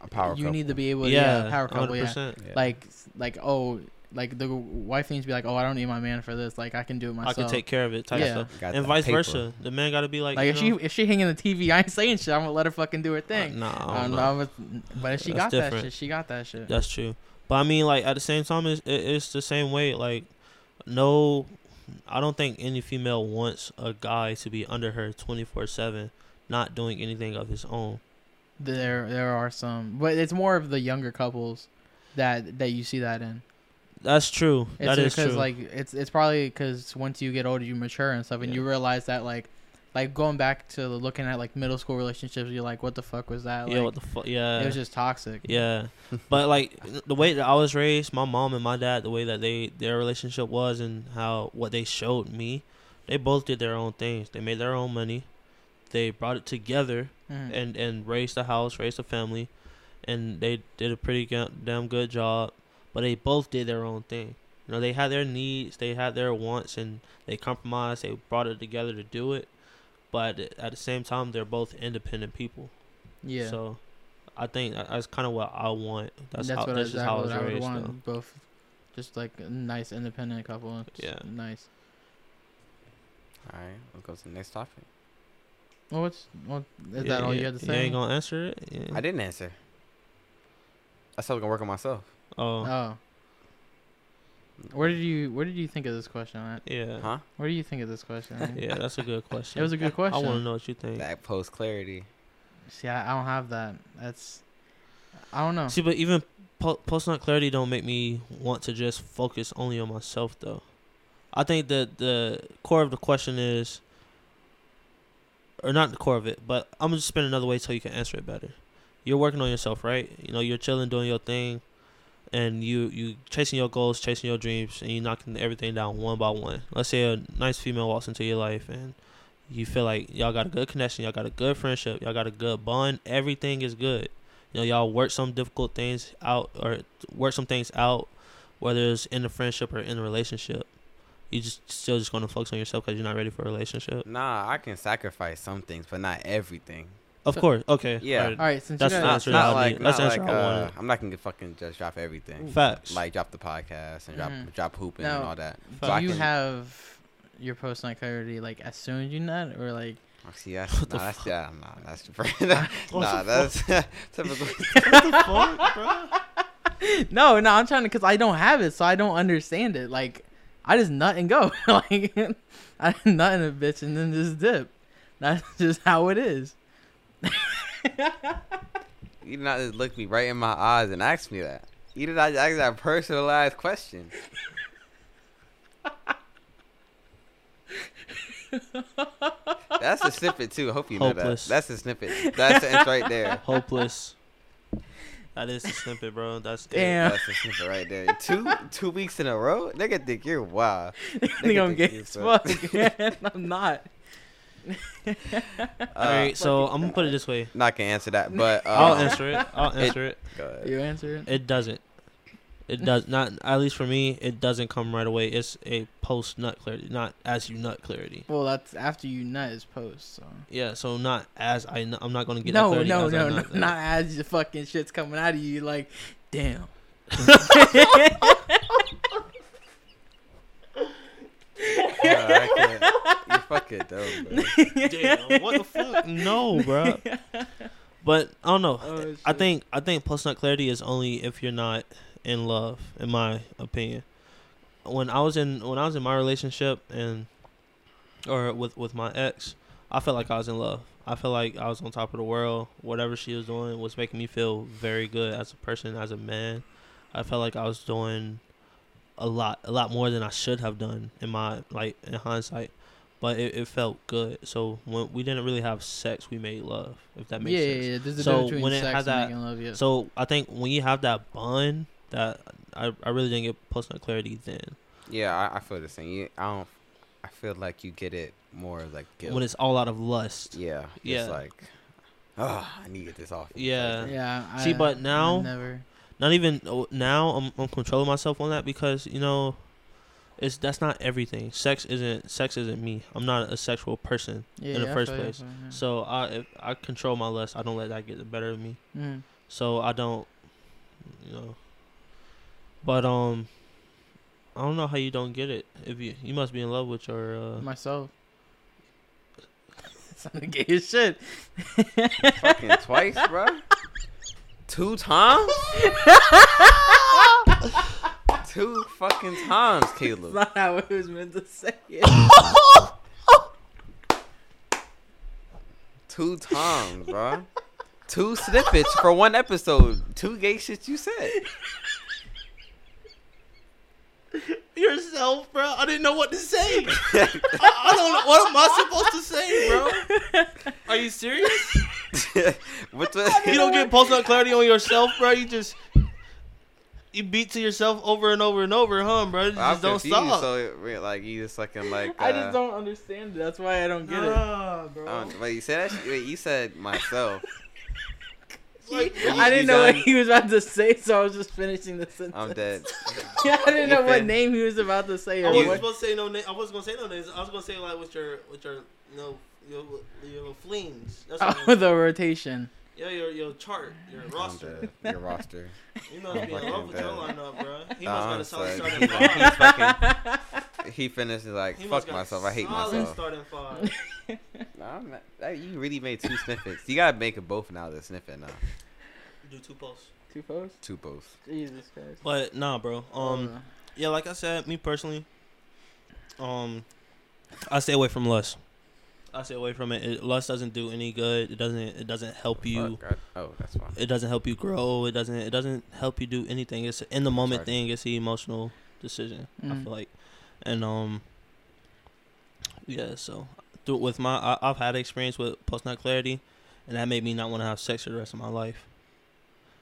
A power you need to couple. be able to yeah, yeah, power couple yeah 100%. Yeah. like like oh like the wife needs to be like oh I don't need my man for this like I can do it I myself can take care of it type Yeah. stuff. Got And that vice paper. versa. The man got to be like, like you if know, uh, she if she hanging the TV I ain't saying shit I'm gonna let her fucking do her thing No, I don't know I'm a- but if she That's got that different. shit she got that shit That's true. But I mean, like at the same time, it's, it, it's the same way. Like, no, I don't think any female wants a guy to be under her twenty four seven, not doing anything of his own. There, there are some, but it's more of the younger couples that that you see that in. That's true. It's that is because true. like it's it's probably because once you get older, you mature and stuff, and Yeah. you realize that like, like going back to looking at like middle school relationships, you're like, what the fuck was that? Like, yeah, what the fuck? Yeah, it was just toxic. Yeah, but like the way that I was raised, my mom and my dad, the way that they their relationship was, and how what they showed me, they both did their own things. They made their own money. They brought it together Mhm. and and raised the house, raised a family, and they did a pretty go- damn good job. But they both did their own thing. You know, they had their needs, they had their wants, and they compromised. They brought it together to do it. But at the same time, they're both independent people. yeah, So, I think that- that's kind of what I want. That's, that's, how, what this is how I exactly was what I would raised. want. though. Both, just like a nice independent couple. It's Yeah. nice. All right, we'll go to the next topic. Well, what's what is Yeah, that all yeah. you had to say? ain't gonna answer it. Yeah. I didn't answer. I said I was gonna work on myself. Oh, oh, where did you where did you think of this question? At? yeah, Huh? What do you think of this question? [LAUGHS] Ant? yeah. That's a good question. It was a good I question. want to know what you think. That post clarity. See, I, I don't have that. That's I don't know. See, but even po- post not clarity don't make me want to just focus only on myself though. I think that the core of the question is, or not the core of it, but I'm gonna spin another way so you can answer it better. You're working on yourself, right? You know, you're chilling, doing your thing, and you you chasing your goals, chasing your dreams, and you're knocking everything down one by one. Let's say a nice female walks into your life and. You feel like y'all got a good connection, y'all got a good friendship, y'all got a good bond, everything is good you know y'all work some difficult things out or work some things out whether it's in the friendship or in the relationship you just still just going to focus on yourself because you're not ready for a relationship Nah, I can sacrifice some things, but not everything. of So- course okay Yeah. alright. All right, since That's you not guys, true. not I like, need. That's not the answer like, I uh, wanted. I'm not gonna fucking just drop everything. facts Like drop the podcast and drop Mhm. drop hooping and Now, all that. do I do you can- have your post night clarity like as soon as you nut or like Oh, See, that's, What the nah, [LAUGHS] that's yeah, nah, that's nah, that's [LAUGHS] typical. What the fuck, bro? [LAUGHS] no, no, I'm trying to because I don't have it, so I don't understand it. Like, I just nut and go. [LAUGHS] like, I nut in a bitch and then just dip. That's just how it is. [LAUGHS] You did not just look me right in my eyes and ask me that. You did not ask that personalized question. That's a snippet too. Hope you know that. Hopeless. That's a snippet. That's it's [LAUGHS] right there. Hopeless. That is the snippet, bro. That's it. Damn. That's a snippet right there. Two two weeks in a row, nigga think you're wild. think I'm think gay you as fuck. fuck. [LAUGHS] and I'm not. All Uh, right, so I'm gonna put it this way. not gonna answer that, but [LAUGHS] uh, I'll answer it. I'll it- answer it. go ahead. You answer it. It doesn't. It does not. At least for me, it doesn't come right away. It's a post nut clarity, not as you nut clarity. Well, that's after you nut is post. So. Yeah, so not as I. Nut, I'm not gonna get. that No, clarity no, as I no, no, nut. not as the fucking shit's coming out of you. you're Like, damn. Uh, I can't. You're fucking dumb, [LAUGHS] bro. Damn, what the fuck? [LAUGHS] No, bro. But I don't know. Oh, I shit. think I think post nut clarity is only if you're not in love, in my opinion. When I was in when I was in my relationship and or with with my ex, I felt like I was in love. I felt like I was on top of the world. Whatever she was doing was making me feel very good as a person, as a man. I felt like I was doing a lot, a lot more than I should have done in my like in hindsight. But it, it felt good. So when we didn't really have sex, we made love. If that makes yeah, sense. yeah, yeah. There's a So difference between when it sex has and that- making love. Yeah. So I think when you have that bun, that I, I really didn't get post nut clarity then. Yeah, I, I feel the same. You, I don't. I feel like you get it more of like guilt. When it's all out of lust. yeah, Yeah. It's like, oh, I need to get this off. me." Yeah. yeah. uh, See, I- but I now- never. Not even oh, now. I'm, I'm controlling myself on that because you know, it's that's not everything. Sex isn't sex isn't me. I'm not a sexual person. Yeah, in the yeah, I first feel you, I place. feel you, yeah. So I if I control my lust. I don't let that get the better of me. Mm. So I don't, you know. But um, I don't know how you don't get it. If you you must be in love with your uh, myself. [LAUGHS] It's not gay as shit. fucking twice, bro. Two [LAUGHS] times. Two fucking times, It's Caleb. not how it was meant to say it. [LAUGHS] Two times, bro. Two snippets for one episode. Two gay shit you said. [LAUGHS] yourself, bro. I didn't know what to [LAUGHS] say. I, I don't know what am I supposed to say, bro. [LAUGHS] Are you serious? What's the? You don't get post nut clarity on yourself, bro. You just you beat to yourself over and over and over, huh, bro? You just I'm don't confused, stop. So it re- like you just fucking like. I uh, just don't understand it. That's why I don't get it. Nah, bro. I don't- Wait, you said that? shit- Wait, you said myself. Like, You- I didn't you know what done? he was about to say, so I was just finishing the sentence. I'm dead. [LAUGHS] Yeah, I didn't You know what fin- name he was about to say. I Or wasn't what. supposed to say no name. I wasn't gonna say no names. I was gonna say like with your with your you know your your flings. That's what Oh, [LAUGHS] the rotation. yeah, your your chart, your I'm roster. dead. Your roster. You must be in love with your lineup, bro. He must got I'm a solid sorry. starting [LAUGHS] He's five. fucking- He finished like He must fuck got myself. I hate solid myself. Starting five. Nah, I'm not- that- you really made two snippets. You gotta make it both now. The snippet now. Do two posts. Two posts. Two posts. Jesus Christ. But nah, bro. Um, yeah, like I said, me personally, um, I stay away from lust. I stay away from it. it lust doesn't do any good. It doesn't. It doesn't help you. Fuck, I- oh, that's fine. It doesn't help you grow. It doesn't. It doesn't help you do anything. It's an in the moment Sorry. thing. It's the emotional decision. I Mm. feel like, and um, yeah. So through with my, I, I've had experience with post nut clarity, and that made me not want to have sex for the rest of my life.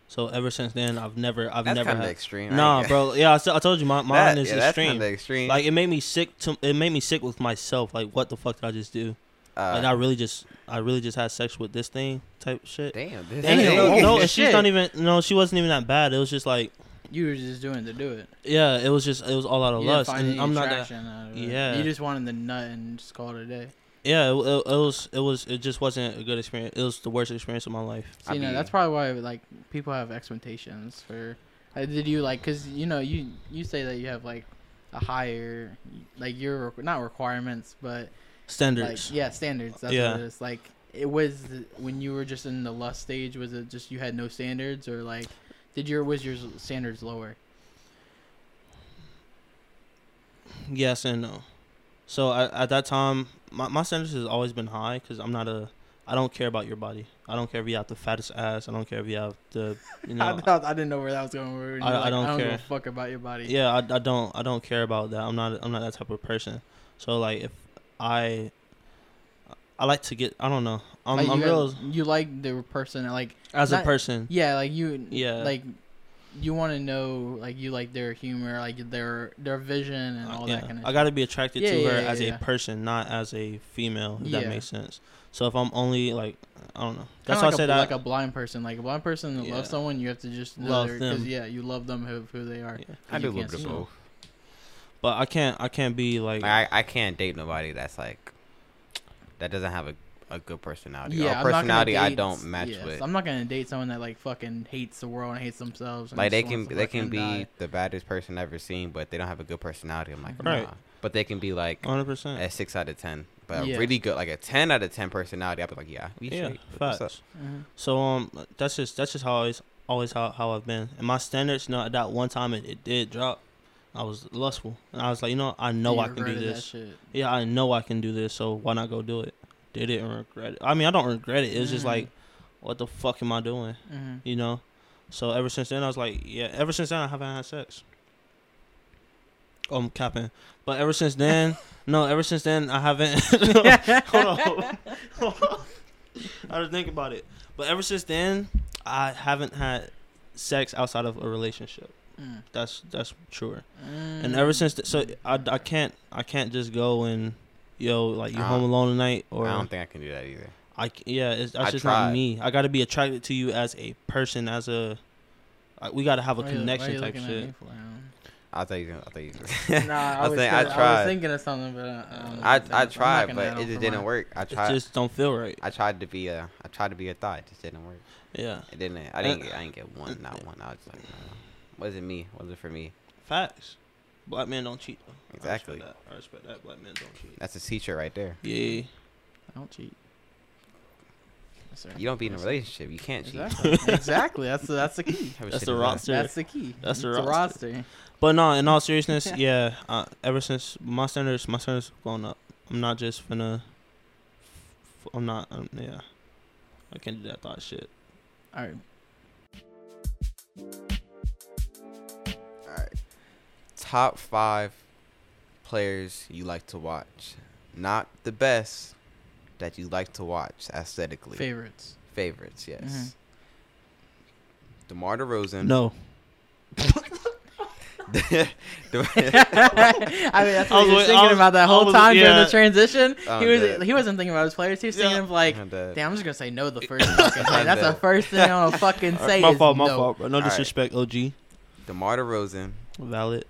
So ever since then, I've never, I've That's never kind of had. extreme. I Nah, ain't- bro. Yeah, I, s- I told you my mine That- is [LAUGHS] yeah, That's extreme. kinda extreme. Like it made me sick to it made me sick with myself. Like what the fuck did I just do? Uh, like I really just I really just had sex with this thing type shit. damn. This And Damn. no, Holy no, and she's shit. not even no, she wasn't even that bad. It was just like You were just doing it to do it. yeah, it was just it was all out of You didn't lust. find And any I'm not that attraction out of it. Yeah. You just wanted the nut and just call it a day. yeah, it, it, it was it was it just wasn't a good experience. It was the worst experience of my life. I See, now be- that's probably why like people have expectations for. Uh, did you like? Cause you know you you say that you have like a higher like your requ- not requirements but like Standards. yeah standards. That's Yeah. what it is. Like it was when you were just in the lust stage. Was it just you had no standards or like Did your was your standards lower? Yes and no. So at, at that time, my, my standards has always been high because I'm not a. I don't care about your body. I don't care if you have the fattest ass. I don't care if you have the. [LAUGHS] You I, know. thought, I didn't know where that was going. Where you were I- I like, don't give a care. fuck about your body. yeah, I, I don't. I don't care about that. I'm not. I'm not that type of person. So like, if I. I like to get. I don't know. I'm. Like, I'm you, real as, you like the person, like as not- a person. yeah, like you, Yeah. like you want to know, like you like their humor, like their their vision and Uh, all yeah. that kind of. I got to be attracted Yeah, to yeah, her yeah, as yeah. a person, not as a female. If Yeah. that makes sense. So if I'm only like, I don't know. That's That's why like I a, said I, like a blind person, like a blind person that Yeah. loves someone, you have to just know Love their- 'cause, them. Yeah, you love them who, who they are. yeah. I You do a little can't bit of see both. but I can't. I can't be like. Like, I, I can't date nobody that's like that doesn't have a, a good personality. Yeah, or a I'm not gonna personality I date- don't match yes, with. I'm not gonna date someone that like fucking hates the world and hates themselves. And like they just can wants to they can fucking be die. the baddest person I've ever seen, but they don't have a good personality. I'm like, Right. nah. But they can be like Hundred percent. a six out of ten, but Yeah. a really good like a ten out of ten personality. I'd be like, yeah, we Yeah, should. What's up? facts. Mhm. So um, that's just that's just how I always always how, how I've been. And my standards, you know, at that one time it, it did drop. I was lustful, and I was like, you know, I know You I can do regretted that this. shit. Yeah, I know I can do this. So why not go do it? Did it and regret it. I mean, I don't regret it. It's just Mhm. like, what the fuck am I doing? Mhm. You know. So ever since then, I was like, yeah. Ever since then, I haven't had sex. Oh, I'm capping. But ever since [LAUGHS] then, no. Ever since then, I haven't. [LAUGHS] Hold on. [LAUGHS] I had to think about it. But ever since then, I haven't had sex outside of a relationship. Mm. That's that's true. Mm-hmm. And Mm. ever since, th- so I, I can't I can't just go and yo like you I home don't- alone tonight or I don't I, think I can do that either. c- yeah it's, that's I just tried. not me. I got to be attracted to you as a person as a like, we got to have a Why you- why connection you type looking at shit. me for, um, I thought you. I thought you. [LAUGHS] Nah, I, [LAUGHS] I was think thi- I I, was tried. thinking of something, but uh, I, I I tried, but it just didn't work. I It tried. just don't feel right. I tried to be a. I tried to be a thought. It just didn't work. Yeah, It didn't. I Uh, didn't. Get, I didn't get one. Not one. I was just like, no. wasn't me. Wasn't for me. facts. Black men don't cheat. Though. Exactly. I respect that. I respect that. Black men don't cheat. That's a teacher right there. Yeah. I don't cheat. Yes, sir. You don't be in a Yes, relationship. You can't cheat. Exactly. [LAUGHS] exactly. That's the, that's the key. Have a That's shitty the life. roster. That's the key. That's the It's a roster. But no, in all [LAUGHS] seriousness, yeah. Uh, ever since my standards, my standards have gone up. I'm not just finna. f- I'm not. Um, yeah, I can't do that thought shit. All right. All right. Top five players you like to watch. Not the best that you like to watch aesthetically. Favorites. Favorites, yes. Mhm. Mm-hmm. DeMar DeRozan. [LAUGHS] No, [LAUGHS] I mean, that's what I he was was wait- I thinking was- about that I whole was- time during yeah. the transition. Oh, he was good. he wasn't thinking about his players. He was thinking Yeah. of like, [LAUGHS] And, uh, damn, I'm just gonna say no [LAUGHS] the first fucking thing. That's the I'm dead. first thing I'm gonna fucking say. my is fault. My no. fault. Bro. No All right. disrespect, OG. DeMar DeRozan, Valid.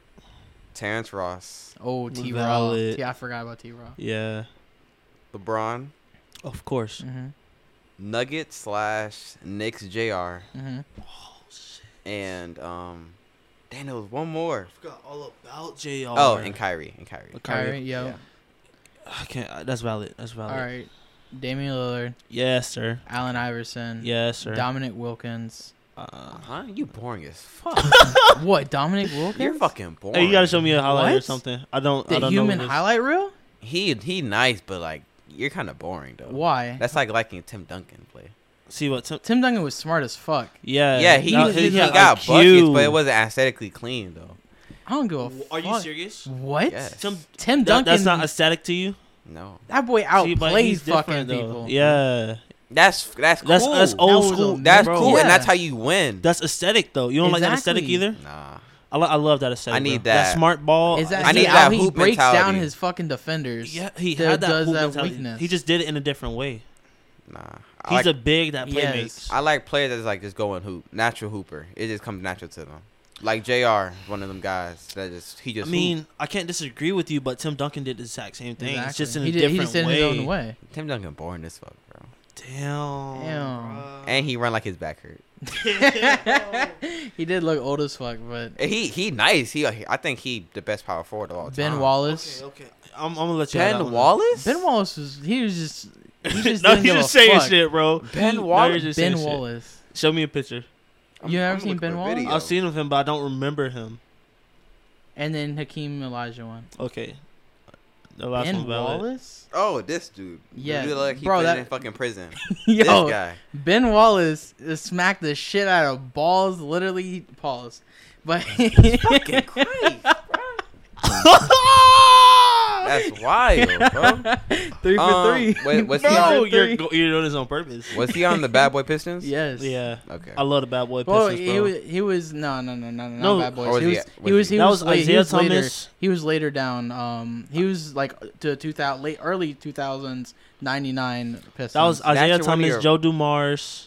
Terrence Ross, Oh, T Raw. Valid. Yeah, I forgot about T Raw. Yeah, LeBron, of course. Mm-hmm. Nugget slash Knicks Jr. Mm-hmm. and um, damn, there was one more. I forgot all about Jr. Oh, and Kyrie, and Kyrie. Kyrie, yo. Yeah. I can't. uh, That's valid. That's All valid. right. Damian Lillard, Yes, sir. Allen Iverson, Yes, sir. Dominic [LAUGHS] Wilkins. Uh, Huh? You boring as fuck. [LAUGHS] what? Dominic Wilkins? You're fucking boring. hey, you gotta show me a highlight or What? something. I don't. I The don't human know this. highlight reel? He he, nice, but like you're kind of boring Oh. though. Why? That's like liking Tim Duncan play. See what? Tim- Tim Duncan was smart as fuck. yeah. yeah, he Uh, No, he, he had got IQ. buckets, but it wasn't aesthetically clean though. I don't give a Are you fuck. serious? What? Yes. Tim- Tim That- Duncan. that's not aesthetic to you. No, that boy See, but outplays he's fucking different, though. people. Yeah, that's that's that's cool. that's That's, old was a- school. that- bro. cool, Yeah. and that's how you win. that's aesthetic though. You don't like that aesthetic Exactly. either. nah, I, lo- I love that aesthetic. I need bro. that. that. smart ball. Is that I need how that he hoop breaks down mentality. his fucking defenders? Yeah, he that had that, does hoop that mentality. weakness. He just did it in a different way. nah. He's I like, a big that play Yes. makes. I like players that's like just going hoop, natural hooper. It just comes natural to them. Like Jr. one of them guys that just he I just mean, I can't disagree with you, but Tim Duncan did the exact same thing. It's just in a he did, different he just did it way. his own way. [LAUGHS] hoop. Tim Duncan boring as fuck, bro. Damn. Damn. bruh. [LAUGHS] And he run like his back hurt. [LAUGHS] he did look old as fuck, but And He he nice. He I think he the best power forward of all time. Ben Wallace. Okay, okay. I'm, I'm gonna let you. have that Ben one. [LAUGHS] Wallace. Ben Wallace was he was just he just no, [LAUGHS] didn't you're give just a saying fuck. shit, bro. Ben No, you're Wallace. just Ben saying shit. Wallace. Show me a picture. You gonna haven't seen look up Ben a Wallace? video. I've seen of him, but I don't remember him. And then Hakeem Elijah one. Okay. The last ben one valid. Wallace? [LAUGHS] Oh, this dude. The Yeah, dude like he bro, been that- in fucking prison. this Yo, guy. Ben Wallace is smacked the shit out of balls, literally pause. But [LAUGHS] Fucking Christ, bro. That's wild, bro. [LAUGHS] three for Um, three. wait, [LAUGHS] was he Three on- Bro, for you're, three. go- you're doing this on purpose. Was he on the Bad Boy Pistons? Yes. Yeah. Okay. I love the bad boy Well, Pistons, he bro. was he was no no no no no No. not bad Or boys. was He he- was was he was he- he That was was la- he Isaiah was later Thomas. he was later down. Um, he was like to two thousand late early two thousands ninety nine Pistons. that was uh, Isaiah your one of Thomas, your- Joe Dumars.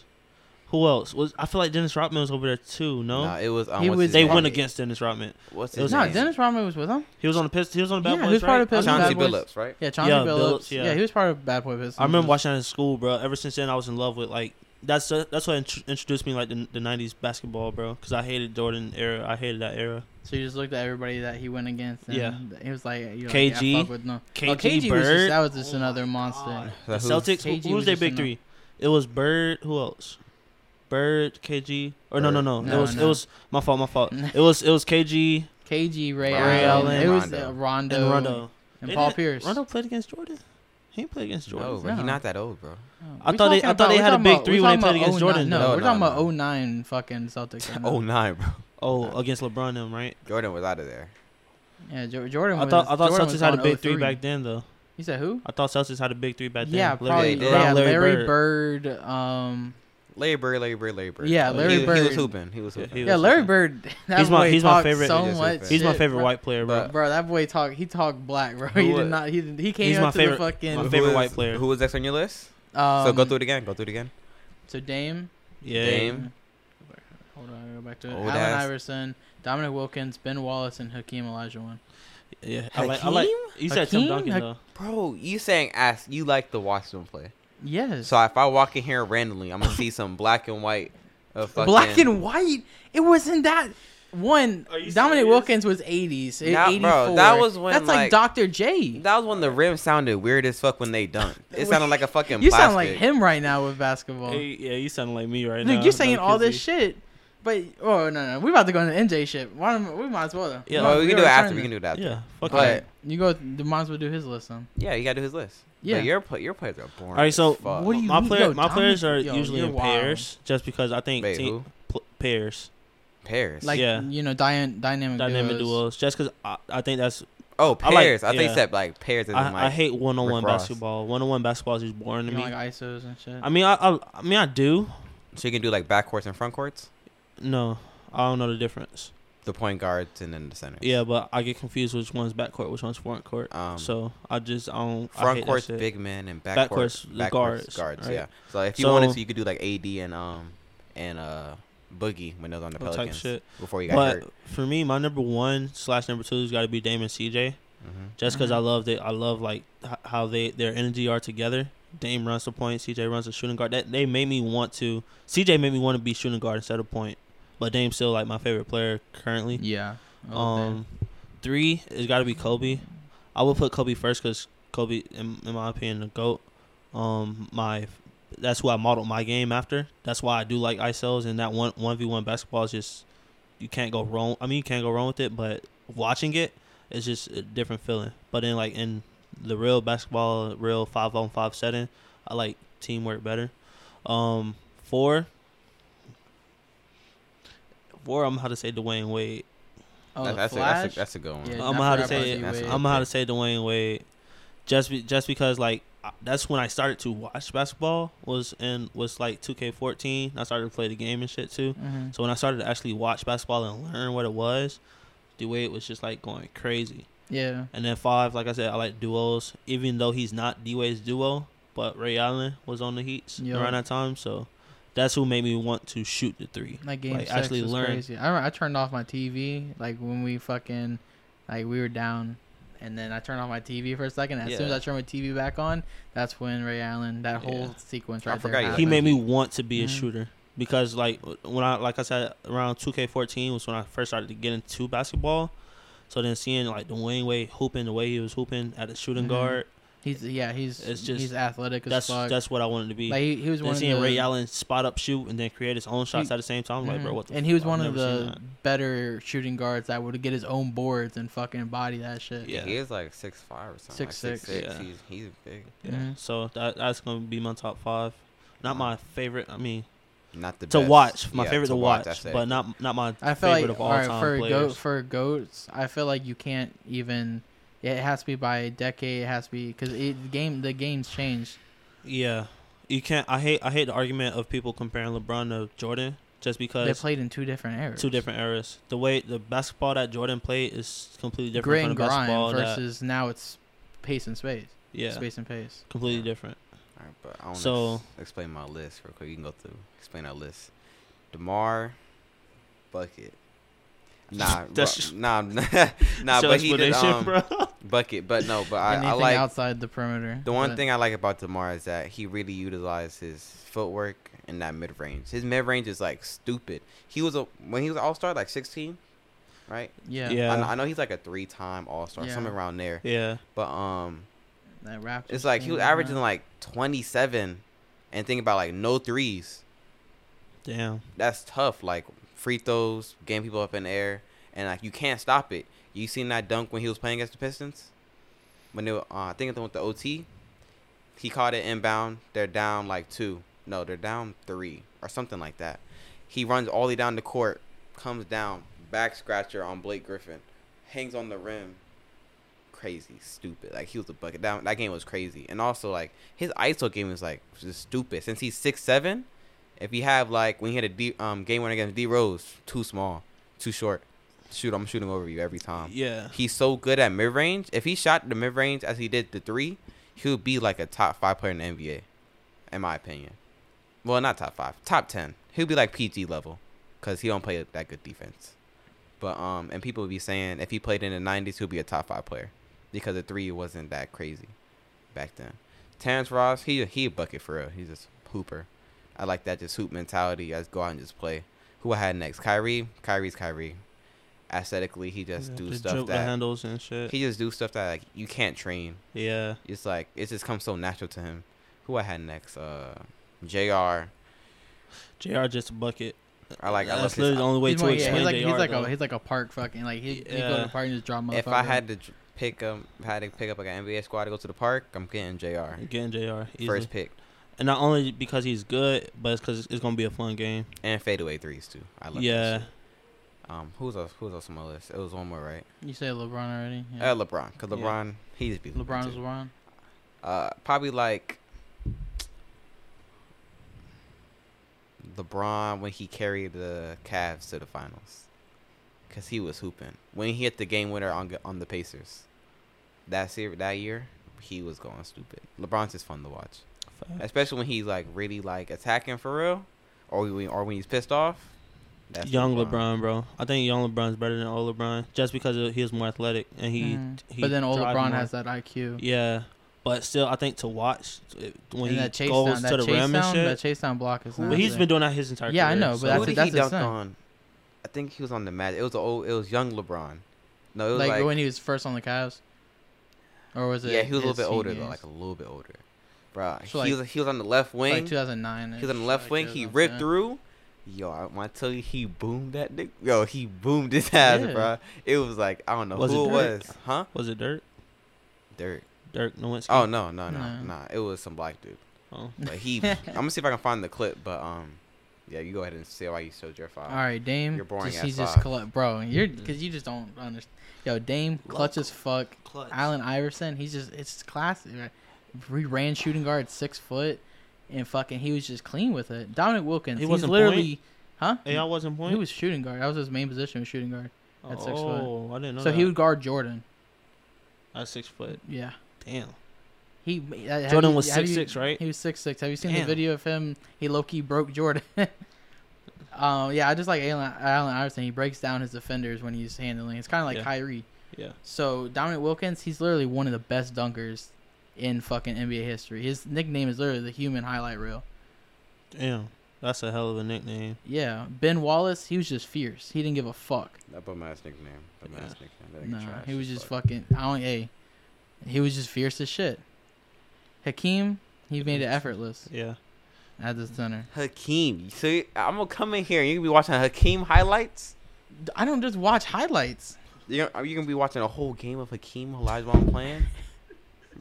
Who else was? I feel like Dennis Rodman was over there too. No, Nah, it was. Um, He what's was- his they name? went against Dennis Rodman. What's it his was no name? Dennis Rodman was with him. He was on the Pistons. He was on the bad Yeah, boys. he was part right? of Pistons. Chauncey Bad Boys. Billups, right? Yeah, Chauncey Yeah, Billups. Billups, yeah. yeah. he was part of Bad Boy Pistons. I remember watching that in school, bro. Ever since then, I was in love with like that's uh, that's what int- introduced me like the, the '90s basketball, bro. Because I hated Jordan era. I hated that era. So you just looked at everybody that he went against. And Yeah. he was like you know, KG. Yeah, fuck with no. KG, oh, KG Bird. Was just, that was just Oh another my monster. God. The The who? Celtics. Who, KG who was was their just big in the- three? It was Bird. Who else? Bird, KG, or no, no, Bird. no. It No, was it no. was my fault. My [LAUGHS] fault. it was it was KG KG, Ray, Ray Allen. Allen. It was Rondo. uh, Rondo, and Rondo. and They Paul didn't- Pierce. Rondo played against Jordan. He ain't played against Jordan. No, bro, he's No. not that old, bro. I thought they- I thought they had a big three when they played against Jordan, No, though. we're No, talking no, about no. 09 fucking Celtics. right now. Oh nine, bro. Oh, against LeBron, him right? Jordan was out of there. yeah, Jo- Jordan. I Was, thought I thought Jordan Celtics was had a on big three 03. back then, though. You said who? I thought Celtics had a big three back then. Yeah, Larry- probably. Bird. around yeah, Larry, Bird. Um, Larry Bird, Larry Bird, Larry Bird. Yeah, He Larry was- he, Bird. was hooping. He was Yeah, hooping. he yeah, was Larry hooping. Bird. [LAUGHS] That He's boy my- he's my talked favorite- So He is much. super He's my shit, favorite bro. white player, bro. But- Bro, that boy talk. He talked black, bro. [LAUGHS] Who He was- did not. He did, he came He's up my to favorite- the fucking. my Who favorite was- white player. Who was next on your list? um, so go through it again. Go through it again. So Dame. yeah, Dame. Hold on, I gotta go back to it. Old Allen ass. Iverson, Dominic Wilkins, Ben Wallace, and Hakeem Elijah one. yeah. I like. I like. You said Tim Hakeem? Duncan Hak- though. Bro, you saying ass? You like to watch them play? Yes. So if I walk in here randomly, I'm gonna see some black and white. Uh, fucking, [LAUGHS] Black and white. It wasn't that one. Are you Dominic serious? Wilkins was 80s. eh, Nah, 84. bro, that was when, That's like- like, Dr. J. That was when the rim sounded weird as fuck when they dunked. [LAUGHS] It sounded like a fucking. You plastic. sound like him right now with basketball. Hey, yeah, you sound like me right Dude, now. you're saying That all kid's this shit, but oh no no, we about to go into NJ shit. Why don't, we might as well. Though. Yeah. No, No, we can do it after. We can do it weak. after. Yeah, fuck But- that. You go. You might as well do his list then. Yeah, you gotta do his list. Yeah, Yeah. your play, your players are boring. All right, as so fuck. what do you my mean? player, Yo, my players are Dominic- yo, usually you're in wild. pairs, just because I think Wait, team, who? pl- pairs, Pairs. Like Yeah. you know, dyna- dynamic dynamic duos, duos. just because I, I think that's oh, I like- pairs. I, think yeah. except like pairs. As in, I, like, I hate one on one Rick Ross. basketball. One on one basketball is just boring to You me. know, like ISOs and shit. I mean, I, I I mean I do. So you can do like backcourts and frontcourts, No, I don't know the difference. the point guards and then the center. Yeah, but I get confused which one's backcourt, which one's front court. Um, so I just I don't. I hate that frontcourts, shit. big men, and Backcourts, backcourts, the backcourts guards. guards, right? Yeah. So if you So- wanted to, you could do like AD and um and uh Boogie when those on the Oh, type Pelicans shit. before you got But hurt. for me, my number one slash number two has got to be Dame and CJ, hmm just because Mhm. I love they I love like h- how they their energy are together. Dame runs the point, CJ runs the shooting guard. That they made me want to. CJ made me want to be shooting guard instead of point. But Dame's still like my favorite player currently. yeah. Oh, Um, three it's got to be Kobe. I would put Kobe first because Kobe, in, in my opinion, the goat. Um, my that's who I modeled my game after. That's why I do like ISOs and that one one v one basketball is just you can't go wrong. I mean, you can't go wrong with it, but watching it, it's just a different feeling. But then, like in the real basketball, real five on five setting, I like teamwork better. Um, four. Four, I'm how to say Dwayne Wade. oh, that's, a, Flash. that's a that's a good one. Yeah, I'm not how to Flash, say but it. That's D-Wade. a I'm how to say Dwayne Wade, just be, just because like I- that's when I started to watch basketball was in was like 2K14. I started to play the game and shit too. Mhm. So when I started to actually watch basketball and learn what it was, Dwayne was just like going crazy. Yeah. And then five, like I said, I like duos, even though he's not Dwayne's duo, but Ray Allen was on the Heat Yeah. around that time, so that's who made me want to shoot the three. That game Like, six actually was learn. crazy. I remember I turned off my TV like when we fucking like we were down, and then I turned off my TV for a second. As soon as Yeah. I turned my TV back on, that's when Ray Allen that whole Yeah. sequence I right forgot there. he he Yeah. made happened. me want to be a Mhm. shooter because like when I like I said around 2K14 was when I first started to get into basketball. So then seeing like Dwayne Wade hooping the way he was hooping at the shooting Mhm. guard He's yeah, he's It's just- he's athletic as That's fuck. that's what I wanted to be. like he, he was then one of seeing the Ray Allen spot up shoot and then create his own shots He- at the same time, I'm like bro, Mhm. what the? and he was fuck? one I've of never seen the better shooting guards that would get his own boards and fucking body that shit. Yeah. He is like six five or something. Six, like, six. Yeah. He's he's big. that. Yeah. Mhm. So that that's gonna be my top five. Not my favorite. I mean, Not the to best. watch. My Yeah, favorite to watch, that's it. but not not my I feel favorite like of all alright, time for players. goat for goats, I feel like you can't even. It has to be by a decade. It has to be because the game the game's changed. yeah, you can't. I hate I hate the argument of people comparing LeBron to Jordan just They because played in two different eras. two different eras. The way the basketball that Jordan played is completely different Grit from and the basketball grind that versus now it's pace and space. yeah, Space and pace. completely different. All right, but I want So- to explain my list real quick. You can go through explain our list. Demar, bucket. Nah, [LAUGHS] That's bro- just- nah, [LAUGHS] nah. So But he did explanation, um, bro. [LAUGHS] bucket. But no, but I, Anything I like outside the perimeter. the one but- thing I like about Demar is that he really utilized his footwork and that mid range. His mid range is like stupid. He was a when he was All Star like sixteen, right? Yeah. Yeah. I, kn- I know he's like a three time All Star, Yeah. something around there. Yeah, But um, That Raptors. It's like he was team, huh? averaging like 27 and thinking about like no threes. damn. That's tough. Like free throws, game people up in the air, and like you can't stop it. You seen that dunk when he was playing against the Pistons? When they were, uh, I think it was with the OT, he caught it inbound. They're down like two. No, they're down three or something like that. He runs all the way down the court, comes down, back scratcher on Blake Griffin, hangs on the rim. Crazy, stupid. Like he was a bucket. That, that game was crazy. And also like his ISO game is like just stupid. Since he's six seven, if he have like when he had a D, um game winner against D Rose, too small, too short. Shoot, I'm shooting over you every time. Um, yeah, He's so good at mid range. If he shot the mid range as he did the three, he would be like a top five player in the NBA, in my opinion. Well, not top five, top ten. He'll be like PG level, cause he don't play that good defense. But um, and people would be saying if he played in the nineties, he'll be a top five player, because the three wasn't that crazy, back then. Terrence Ross, he he a bucket for real. He's just a hooper. I like that just hoop mentality. I just go out and just play. Who I had next? Kyrie. Kyrie's Kyrie. Aesthetically, he just yeah. do the stuff dribble that handles and shit. [LAUGHS] he just do stuff that like you can't train. yeah, It's like it just comes so natural to him. Who I had next? Uh JR. Jr. just a bucket. I like I love that's his, literally the only way He's to more- yeah, explain he's like, Jr. he's like though. a he's like a park fucking like he he go to Yeah. the park and just draw motherfucker. If I had to dr- pick um if I had to pick up like an NBA squad to go to the park, I'm getting JR. Again, Jr. Easily. First pick. and not only because he's good, but it's because it's gonna be a fun game. And fadeaway threes too. I love that Yeah, shit. Um who's else who's else on my list? It was one more, right? you say LeBron already. Uh, Yeah. LeBron. Because Yeah. LeBron he just be hooping, LeBron is too. LeBron. uh probably like LeBron when he carried the Cavs to the finals, cause he was hooping when he hit the game winner on g- on the Pacers. That ser- that year, he was going stupid. LeBron's just fun to watch, Fact. especially when he's like really like attacking for real, or when or when he's pissed off. That's young LeBron. bro. I think young LeBron's better than old LeBron just because of- he was more athletic and he. Mhm. he but then old drives LeBron more. has that IQ. Yeah, but still, I think to watch it- when and he that chase goes down, that to the chase rim down, and that shit. chase down block is. Who- But nasty. he's been doing that his entire Yeah, I career, know, but so- that's Who did that's he his dunked son. on? I think he was on the Magic. It was the old. It was young LeBron. No, it was like, like, when he was first on the Cavs, or was it? Yeah, he was a little his bit older senior though, years? like a little bit older. Bro, So, he like- was he was on the left wing. like 2009. he was on the left wing. He ripped through. Yo, I when I tell you, he boomed that nigga. Yo, he boomed his ass, Yeah. bro. It was like I don't know Was who it it Dirk? was, huh? Was it Dirk? Dirt. Dirk Nowitzki. Oh no, no, no, No. nah. It was some black [LAUGHS] dude. Oh. But he, I'm gonna see if I can find the clip. But um, yeah, you go ahead and say why you showed your five. All right, Dame. You're boring just, ass he's just five. clutch, bro. You're because you just don't understand. Yo, Dame clutch as fuck. Clutch. Allen Iverson, he's just it's classic. Right? We ran shooting guard six foot, and fucking he was just clean with it. Dominic Wilkins, He he was wasn't literally, huh? Hey, I wasn't He point. was shooting guard. That was his main position was shooting guard. at six foot. oh, I didn't know. so that. he would guard Jordan. at six foot. Yeah, Damn. he. uh, have Jordan you- was have six you- six, right? He was six six. Have you seen Damn. the video of him? He low key broke Jordan. [LAUGHS] um, yeah, I just like Allen, Allen Iverson. He breaks down his defenders when he's handling. It's kind of like Yeah. Kyrie. Yeah. So Dominic Wilkins, he's literally one of the best dunkers in fucking NBA history. His nickname is literally the human highlight reel. Damn. That's a hell of a nickname. Yeah. Ben Wallace, he was just fierce. He didn't give a fuck. That bum ass nickname. Bum Yeah. ass nickname. That nigga No, trash he was as just fuck. fucking I don't hey. He was just fierce as shit. Hakeem, he made it effortless Yeah. at the center. Hakeem. So you- I'm gonna come in here and you're gonna be watching Hakeem highlights. I don't just watch highlights. You're are you gonna be watching a whole game of Hakeem Olajuwon [LAUGHS] playing,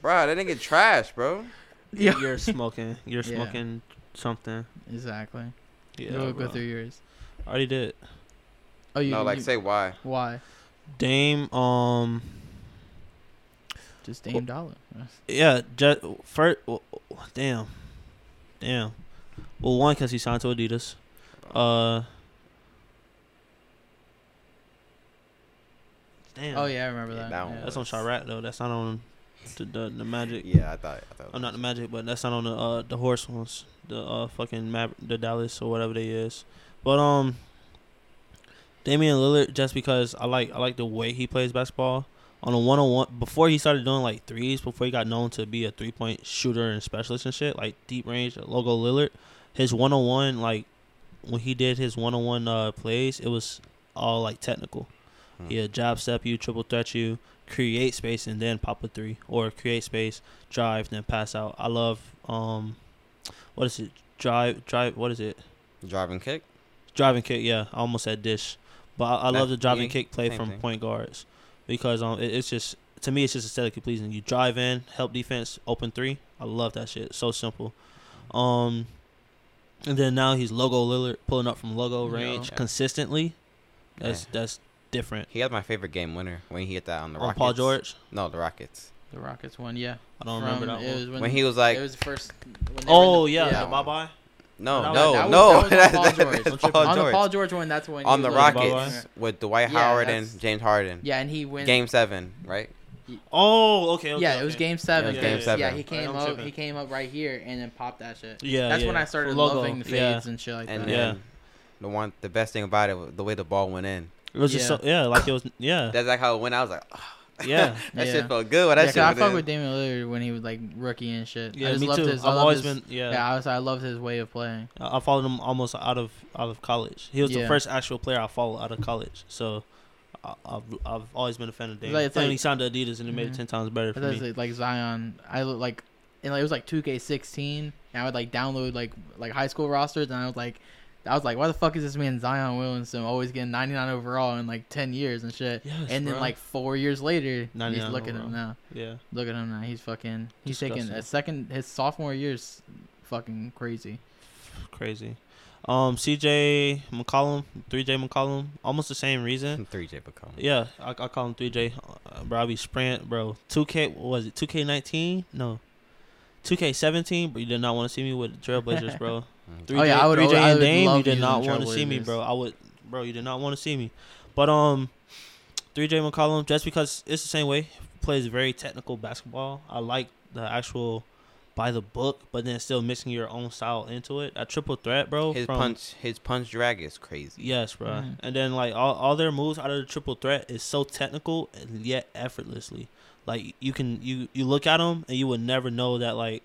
bro. That nigga trash, bro. Yeah. You're smoking. You're [LAUGHS] Yeah. smoking something. Exactly. Yeah. You'll bro. go through yours. I already did. Oh, you no, like you- say why. why? Dame. Um. Just Dame Dollar. Yeah. Just first. damn. Damn. Well, one because he signed to Adidas. Uh. Damn. Oh yeah, I remember Yeah, that. that one yeah. That's on Chirac though. That's not on the the, the Magic. Yeah, I thought. I thought Oh, I'm not the Magic, but that's not on the uh, the horse ones, the uh, fucking Maver- the Dallas or whatever they is. But um, Damian Lillard, just because I like I like the way he plays basketball on a one on one. Before he started doing like threes, before he got known to be a three point shooter and specialist and shit, like deep range logo Lillard, his one on one like when he did his one on one uh plays, it was all like technical. Hmm. Yeah, job step you, triple threat you, create space and then pop a three, or create space, drive then pass out. I love um, what is it? Drive, drive. What is it? driving kick. Drive and kick. Yeah, I almost said dish, but I, I That- love the drive yeah, and kick play same from thing. point guards because um, it, it's just to me it's just aesthetically pleasing. You drive in, help defense, open three. I love that shit. So simple. Um, and then now he's logo Lillard pulling up from logo Yeah. range Yeah. consistently. That's Yeah. that's different. He had my favorite game winner when he hit that on the On Rockets. Paul George, No, the Rockets. The Rockets one. Yeah. I don't remember that From- it one. Was when, When, he was like, it was the first. when they were in Oh the- yeah, yeah. the bye bye. no, that no, was- [LAUGHS] no. that was on Paul That's- George. that's Don't trip Paul on the George. Paul George one, that's when he on the was like- Bye-bye. Rockets with Dwight Yeah, Howard that's- and James Harden. Yeah, and he went. Game seven, right? Oh okay. okay yeah, it was okay. game seven. Yeah, Yeah, game seven. he came I'm up. tripping. He came up right here and then popped that shit. Yeah, That's yeah. when I started Logo, loving the yeah. fades and shit like And that. Yeah. then the one, the best thing about it, was the way the ball went in. It was just Yeah. so yeah, like it was [LAUGHS] yeah, That's like how it went. I was like, oh, yeah. that Yeah. shit felt good. When that Yeah, 'cause shit I went fuck in. with Damian Lillard when he was like rookie and shit. I Yeah, just me loved too. His, I've I loved always his, been yeah. Yeah, I, was, I loved his way of playing. I I followed him almost out of out of college. He was the Yeah. first actual player I followed out of college. So I, I've I've always been a fan of Dame. like- it's and like- he signed to Adidas and it made it Mhm. ten times better But for that's me. like, like Zion. I look like, and like, it was like 2K16, and I would like download like like high school rosters, and I was like, I was like, why the fuck is this man Zion Williamson always getting 99 overall in like 10 years and shit? Yes, and then bruh. like four years later, he's 99 look at overall. him now. Yeah, Look at him now. He's fucking. He's taking Disgusting. a second. His sophomore year's fucking crazy. crazy. Um, CJ McCollum, three J McCollum, almost the same reason. [LAUGHS] Three J become. Yeah, I, I call him 3J. Uh, bro, I be sprint, bro. 2K, what was it 2K19? No. 2K17, but you did not want to see me with the Trailblazers, [LAUGHS] bro. Mhm. 3J, Oh, yeah, I would- 3J I and would Dame, love you did using not the want to see me, Trailblazers. bro. I would, bro, you did not want to see me. But um, 3J McCollum, just because it's the same way, plays very technical basketball. I like the actual by the book, but then still mixing your own style into it. That triple threat, bro. His from- punch, his punch drag is crazy. Yes, bro. Mhm. And then like all, all their moves out of the triple threat is so technical and yet effortlessly. Like you can you you look at them and you would never know that like,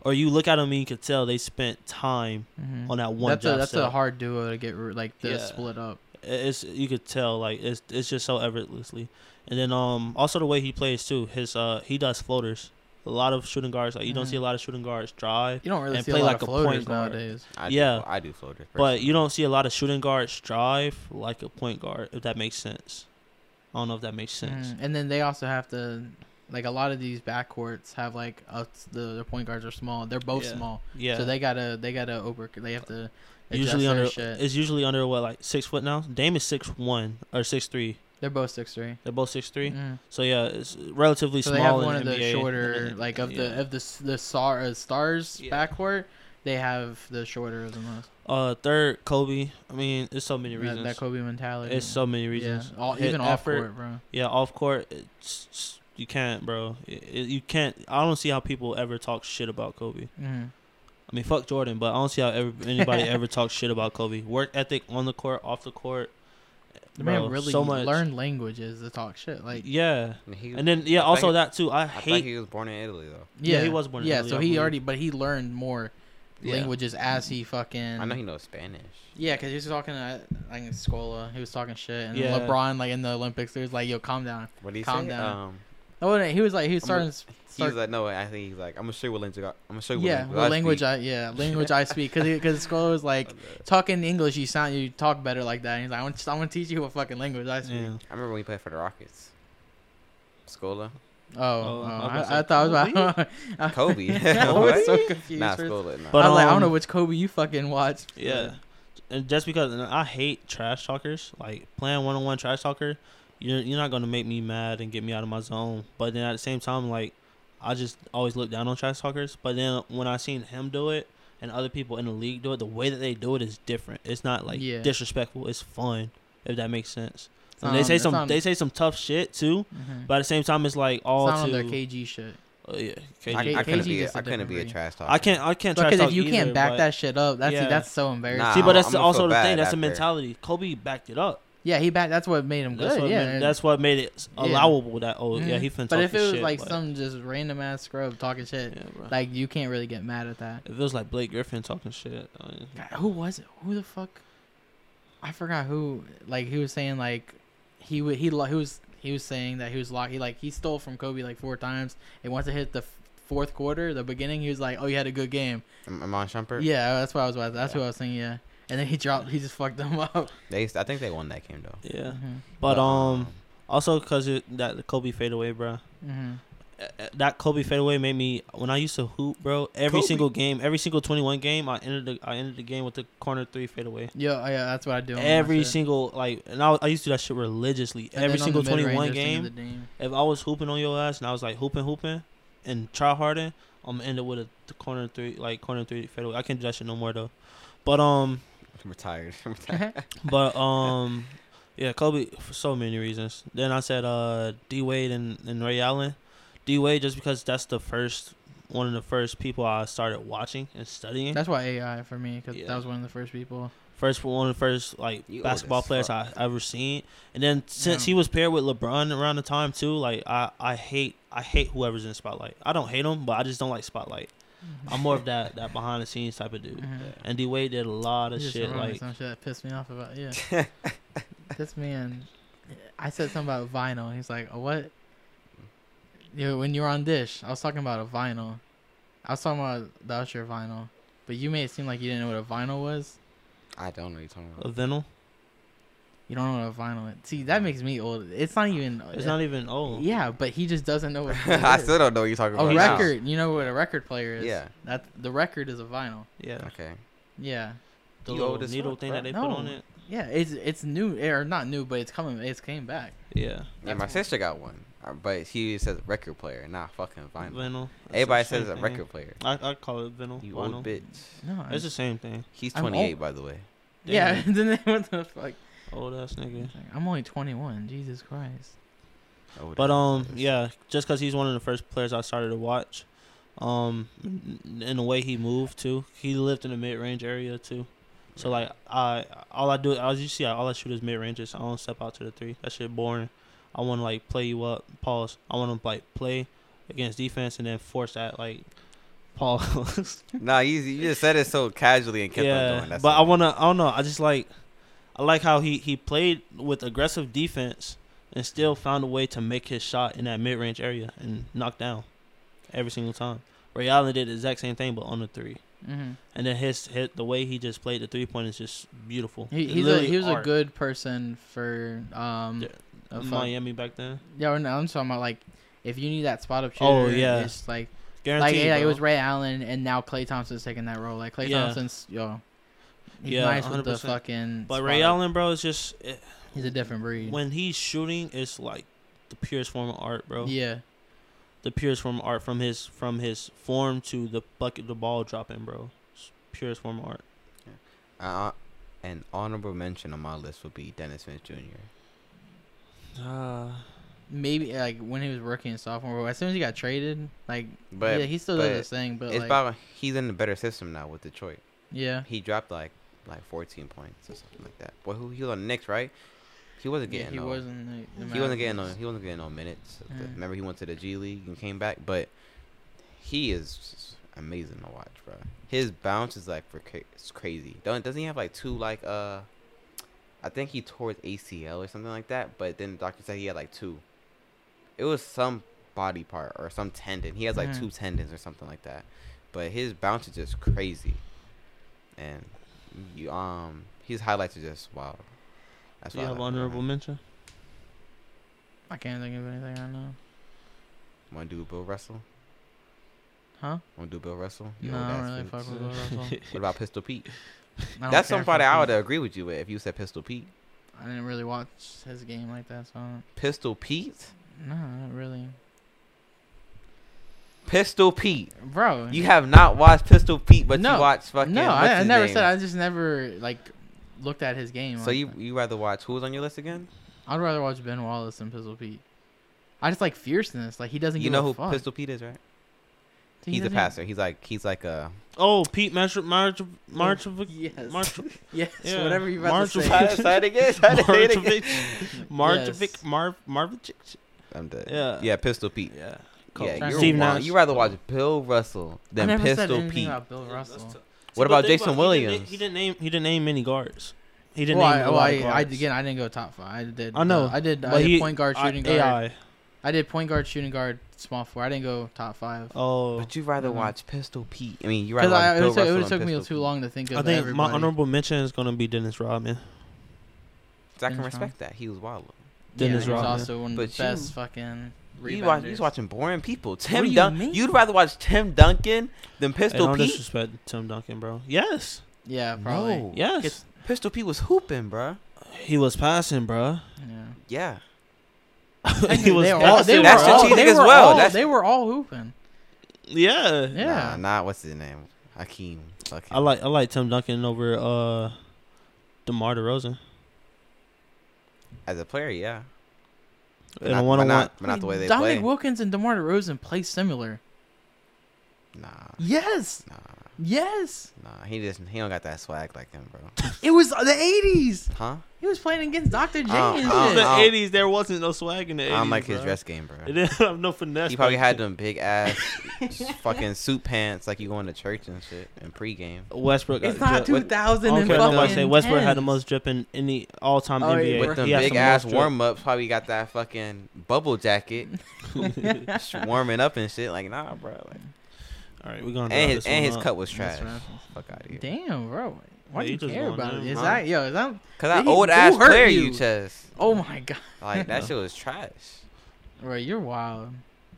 or you look at them and you could tell they spent time Mm-hmm. on that one. that's job a that's set. a hard duo to get ri- like to Yeah. split up. It's you could tell like it's it's just so effortlessly. And then um also the way he plays too. His uh he does floaters. A lot of shooting guards like you don't Mhm. see a lot of shooting guards drive. You don't really And see play a lot like a of point floaters guard. nowadays. I Yeah. do, I do floaters. But you personally. don't see a lot of shooting guards drive like a point guard, if that makes sense. I don't know if that makes sense. Mhm. And then they also have to, like a lot of these backcourts have like a, the their point guards are small. They're both Yeah. small, Yeah. so they gotta they gotta over they have to adjust usually their under shit. it's usually under what like six foot now. Dame is six one or six three. They're both six three. They're both six three. Mm. So yeah, it's relatively So small. they have in one of the NBA. shorter like of Yeah. the of the s- the star, uh, stars Yeah. backcourt. They have the shorter of the most. uh third Kobe. I mean, it's so many That, reasons. that Kobe mentality. it's so many reasons. Yeah. All, Hit even off court, bro. Yeah, off court. It's, it's- you can't, bro. It, it- you can't. I don't see how people ever talk shit about Kobe. Mhm. I mean, fuck Jordan, but I don't see how ever, [LAUGHS] anybody ever talks shit about Kobe. Work ethic on the court, off the court. The Bro, man really so much. learned languages to talk shit. Like yeah, yeah, And, he, and then yeah, I thought also he- that too. I I thought hate. he was born in Italy though. Yeah, he was born in Yeah, Italy, I so he believe. already but he learned more Yeah. languages as he fucking. I know he knows Spanish. Yeah, because he was talking to, like in Scola, he was talking shit, and Yeah. then LeBron like in the Olympics, he was like, "Yo, calm down." What do you Calm say? down. Um, Oh, no, he was like he was I'm starting. gonna- to s- He Start, was like, no, I think he's like, I'm gonna show you what language I, I'm gonna show you. yeah, what well, language I I yeah language I speak because because Skull was like speak. talking English. You sound you talk better like that. And he's like, I want I want to teach you what fucking language I speak. Yeah. I remember when we played for the Rockets. Scola, Oh, oh, I I, was I, gonna thought I was say, about [LAUGHS] [LAUGHS] I- Kobe. I was so What? confused. nah, for a Scola, nah. But- I was like, I um, don't know which Kobe you fucking watch. Yeah. And just because and I hate trash talkers, like playing one on one trash talker, you're you're not gonna make me mad and get me out of my zone. But then at the same time, like I just always look down on trash talkers. But then when I seen him do it and other people in the league do it, the way that they do it is different. It's not like Yeah. disrespectful. It's fun, if that makes sense. It's And not they on- say Um, it's some not on- they say some tough shit too. Mhm. But at the same time, it's like It's all not on their to KG shit. oh, yeah. I, KG. I I, couldn't KG be. A, gets a I couldn't different be a breed. trash talker. can't I can't trash Because talk if you either, can't back but- that shit up, that's Yeah. that's so embarrassing. Nah, See, but I'm- that's I'm gonna also feel the thing. bad That's the after. mentality. Kobe backed it up. Yeah, he back. That's what made him good. That's what yeah, made, that's what made it Yeah. allowable. That oh yeah, Mhm. he finna. But talk if it his was shit, like some just random ass scrub talking shit, yeah, bro. like you can't really get mad at that. if it was like Blake Griffin talking shit, oh, I mean, God, who was it? Who the fuck? I forgot who. Like he was saying like he would he lo- he was he was saying that he was locked. He like he stole from Kobe like four times. And once it hit the f- fourth quarter, the beginning, he was like, "Oh, you had a good game." Am- Amon Shumpert. Yeah, that's what I was. That's Yeah. what I was saying. Yeah. And then he dropped. He just fucked them [LAUGHS] up. They, I think they won that game though. yeah. Mhm. But um, also because that the Kobe fadeaway, bro. Mhm. Uh, uh, That Kobe fadeaway made me when I used to hoop, bro. Every Kobe. single game, every single twenty-one game, I ended the I ended the game with the corner three fadeaway. Yeah, oh, yeah, that's what I do. on my Every shit. single like, and I, I used to do that shit religiously. And every then on single the twenty-one mid-range, game, there's [LAUGHS] the game. if I was hooping on your ass and I was like hooping, hooping, and try harding, I'm gonna end up with a t- corner three, like corner three fadeaway. I can't do that shit no more though. But um, I'm [LAUGHS] retired. [LAUGHS] I'm [LAUGHS] retired. but um, yeah, Kobe for so many reasons. Then I said uh D Wade and, and Ray Allen, D Wade just because that's the first one of the first people I started watching and studying. That's why AI for me because Yeah. that was one of the first people. first one of the first like You old basketball as players I fuck. ever seen. And then since Yeah. he was paired with LeBron around the time too, like I I hate I hate whoever's in spotlight. I don't hate them, but I just don't like spotlight. I'm more of that that behind the scenes type of dude. Mhm. And D Wade did a lot You of just shit reminded me like some shit that pissed me off about yeah. [LAUGHS] this man, I said something about vinyl. and He's like, oh, what? Yeah, when you were on Dish, I was talking about a vinyl. I was talking about the Usher vinyl, but you made it seem like you didn't know what a vinyl was. I don't know what you're talking a about. vinyl. You don't know what a vinyl is. See, that makes me old. It's not even. Mm. It's not even old. Yeah, but he just doesn't [LAUGHS] know what. [LAUGHS] I it is. still don't know what you're talking Oh, a about. now. record. You know what a record player is. Yeah. That the record is a vinyl. Yeah. Okay. Yeah. The You little old as needle fuck, thing bro. that they put on No. it. Yeah, it's it's new or not new, but it's coming. It's came back. Yeah. Yeah, That's my cool. sister got one, uh, but she says record player, not fucking vinyl. Vinyl. It's the Everybody same says a thing. record player. I, I call it vinyl. You vinyl. old bitch. No, It's the same thing. He's I'm 28, old. by the way. [LAUGHS] yeah. Damn. then they- what the fuck? Old ass nigga. I'm only 21. Jesus Christ. Old But ass um, bitch. yeah, just because he's one of the first players I started to watch, um, in the way he moved too, he lived in the mid range area too. So like I, all I do, as you see, I, all I shoot is mid ranges. I don't step out to the three. That shit boring. I want to like play you up, pause. I want to like play against defense and then force that like [LAUGHS] pause. Nah, you, you just said it so casually and kept on yeah, going. That's but I all. wanna, I don't know. I just like, I like how he he played with aggressive defense and still found a way to make his shot in that mid range area and knock down every single time. Ray Allen did the exact same thing, but on the three. hmm And then his hit, the way he just played the three point is just beautiful. He, It's he's a, literally he was a art. good person for um. Yeah. a fuck- Miami back then. Yeah, or no, I'm talking about like if you need that spot up shooter. Oh, yeah. It's like like Guaranteed. yeah, it was bro. Ray Allen, and now Clay Thompson's taking that role. Like Clay Yeah. Thompson's yo. He's Yeah, nice with the 100%. fucking. But spot Ray up. Allen, bro, is just it, he's a different breed. when he's shooting, it's like the purest form of art, bro. yeah, the purest form of art from his from his form to the bucket the ball dropping, bro. It's purest form of art. Uh, an honorable mention on my list would be Dennis Smith Jr. Uh, maybe like when he was rookie and sophomore. but As soon as he got traded, like But yeah, he still but does his thing. But it's like, about he's in a better system now with Detroit. yeah, He dropped like like 14 points or something like that. Boy, who he was on the Knicks, right? He wasn't yeah, getting. he no, wasn't. like, the he wasn't Mavericks. getting no he wasn't getting no minutes. Yeah. Remember he went to the G League and came back, but he is amazing to watch, bro. His bounce is like for ca- it's crazy. Don't doesn't he have like two like uh I think he tore his ACL or something like that, but then the doctor said he had like two. It was some body part or some tendon. He has like Mhm. two tendons or something like that. But his bounce is just crazy, and you, um his highlights are just wild. That's Do you why I have like him. honorable mention? I can't think of anything right now. Wanna do Bill Russell? Huh? Wanna do Bill Russell? You no, old I don't ass really bitch. fuck with Bill [LAUGHS] Russell. What about Pistol Pete? I don't That's care for somebody I would Pete. agree with you with if you said Pistol Pete. I didn't really watch his game like that, so I don't, Pistol Pete? no, not really, Pistol Pete. bro. You have not watched Pistol Pete, but No. you watched fucking. no, what's I, I his never name? said. I just never like looked at his game. So like you that. you rather watch who was on your list again? I'd rather watch Ben Wallace than Pistol Pete. I just like fierceness. Like he doesn't. You give know a who fuck. Pistol Pete is, right? He he's a doesn't- passer. He's like he's like [LAUGHS] a Oh, Pete March March March Yes. March Yes. Yeah. Whatever you about to Marjorie- say. Say it again. [LAUGHS] Marjovic Yes. Marv Marvic. I'm dead. Yeah. yeah, Pistol Pete. Yeah. Yeah, Trying you're to- Steve wrong. Nash. You rather watch Bill Russell I than never said Pistol anything Pete. about Bill Russell. What but about think it, Jason he didn't- Williams? He didn't name. He didn't name many guards. He didn't well, name I, a well lot I, of guards. I again I didn't go top five. I did. I know, uh, I did. I But did he- point guard, I- shooting guard. AI. I did point guard, shooting guard, small four. I didn't go top five. Oh, But you rather Mhm. watch Pistol Pete. I mean, you rather Because I watch it Bill would Russell. have than took me Pistol too Pete. long to think of. I think my everybody. honorable mention is gonna be Dennis Rodman. So I can Dennis Rodman. respect that. He was wild. Yeah, Dennis he's Rodman. also one of the But you- best fucking. You watch, rebounders. he's watching boring people. do Tim you Duncan. mean? You'd rather watch Tim Duncan than Hey, Pistol don't Pete. disrespect Tim Duncan, bro. Yes, Yeah, probably. No. yes. Pistol Pete was hooping, bruh. He was passing, [LAUGHS] bro. Yeah. Yeah. he was they were all, they passing. were That's all, strategic they as were well. all, That's- they were all hooping. [LAUGHS] Yeah. Yeah. Nah, nah, what's his name? Hakeem. Fuck I him. like I like Tim Duncan over uh, Demar [LAUGHS] Derozan. As a player, yeah. But In not- a but one on one, not- but not the way they Dominic play. Wilkins and DeMar DeRozan play similar. Nah, Yes. nah, Yes. nah. He just he don't got that swag like him, bro. It was the 80s. Huh? He was playing against Dr. J Oh, and oh, shit. the don't- eighties, there wasn't no swag in the I eighties. don't like his bruh. dress game, [LAUGHS] It bro. didn't have no finesse. He probably like had that. them big ass fucking suit pants like you going to church and shit in pregame. Westbrook. It's got not drip- with- 2000 I and don't care what nobody fucking say. Westbrook had the 10s. most drip in any all time Oh, yeah, NBA. bruh. With them He had big some ass most drip. warm ups, probably got that fucking bubble jacket [LAUGHS] just warming up and shit. Like nah, bro. Like, [LAUGHS] All right, we're gonna. and wrap his this and one his up. cut was trash. That's what happens. Fuck out of here. Damn, bro. Why Yeah, do you you just care going about it? in, Is huh? that yo? Is that? Cause that Who old ass hurt player you you? chess. Oh my god, Like that Yeah. shit was trash. bro, you're wild.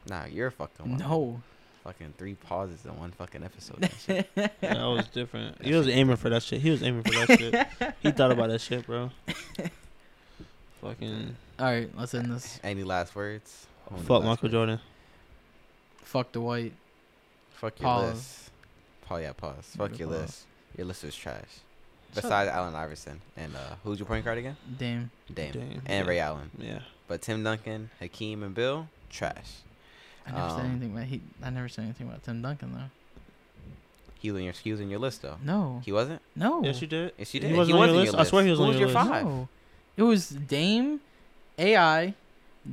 Nah, you're fucking wild. No, Fucking three pauses in one fucking episode. and shit. Yeah, [LAUGHS] that was different. He was aiming for that shit. He was aiming for [LAUGHS] that shit. He thought about that shit, bro. Fucking All right, let's end this. [LAUGHS] Any last words? Only fuck last Michael words. Jordan. Fuck the white. Fuck your Pause. list. Paul, yeah, pause. Fuck your Pause. list. Your list was trash. Shut Besides Allen Iverson and uh, who's your point guard again? Damn. Dame, Dame, and yeah. Ray Allen. Yeah. But Tim Duncan, Hakeem, and Bill, trash. I never said Um, anything about he. I never said anything about Tim Duncan though. He was in your he was in your list though. No. He wasn't. No. Yes, you did. Yes, you He did. wasn't He on was your in list. your I swear he was list. on Who your was your list. five? No. It was Dame, AI,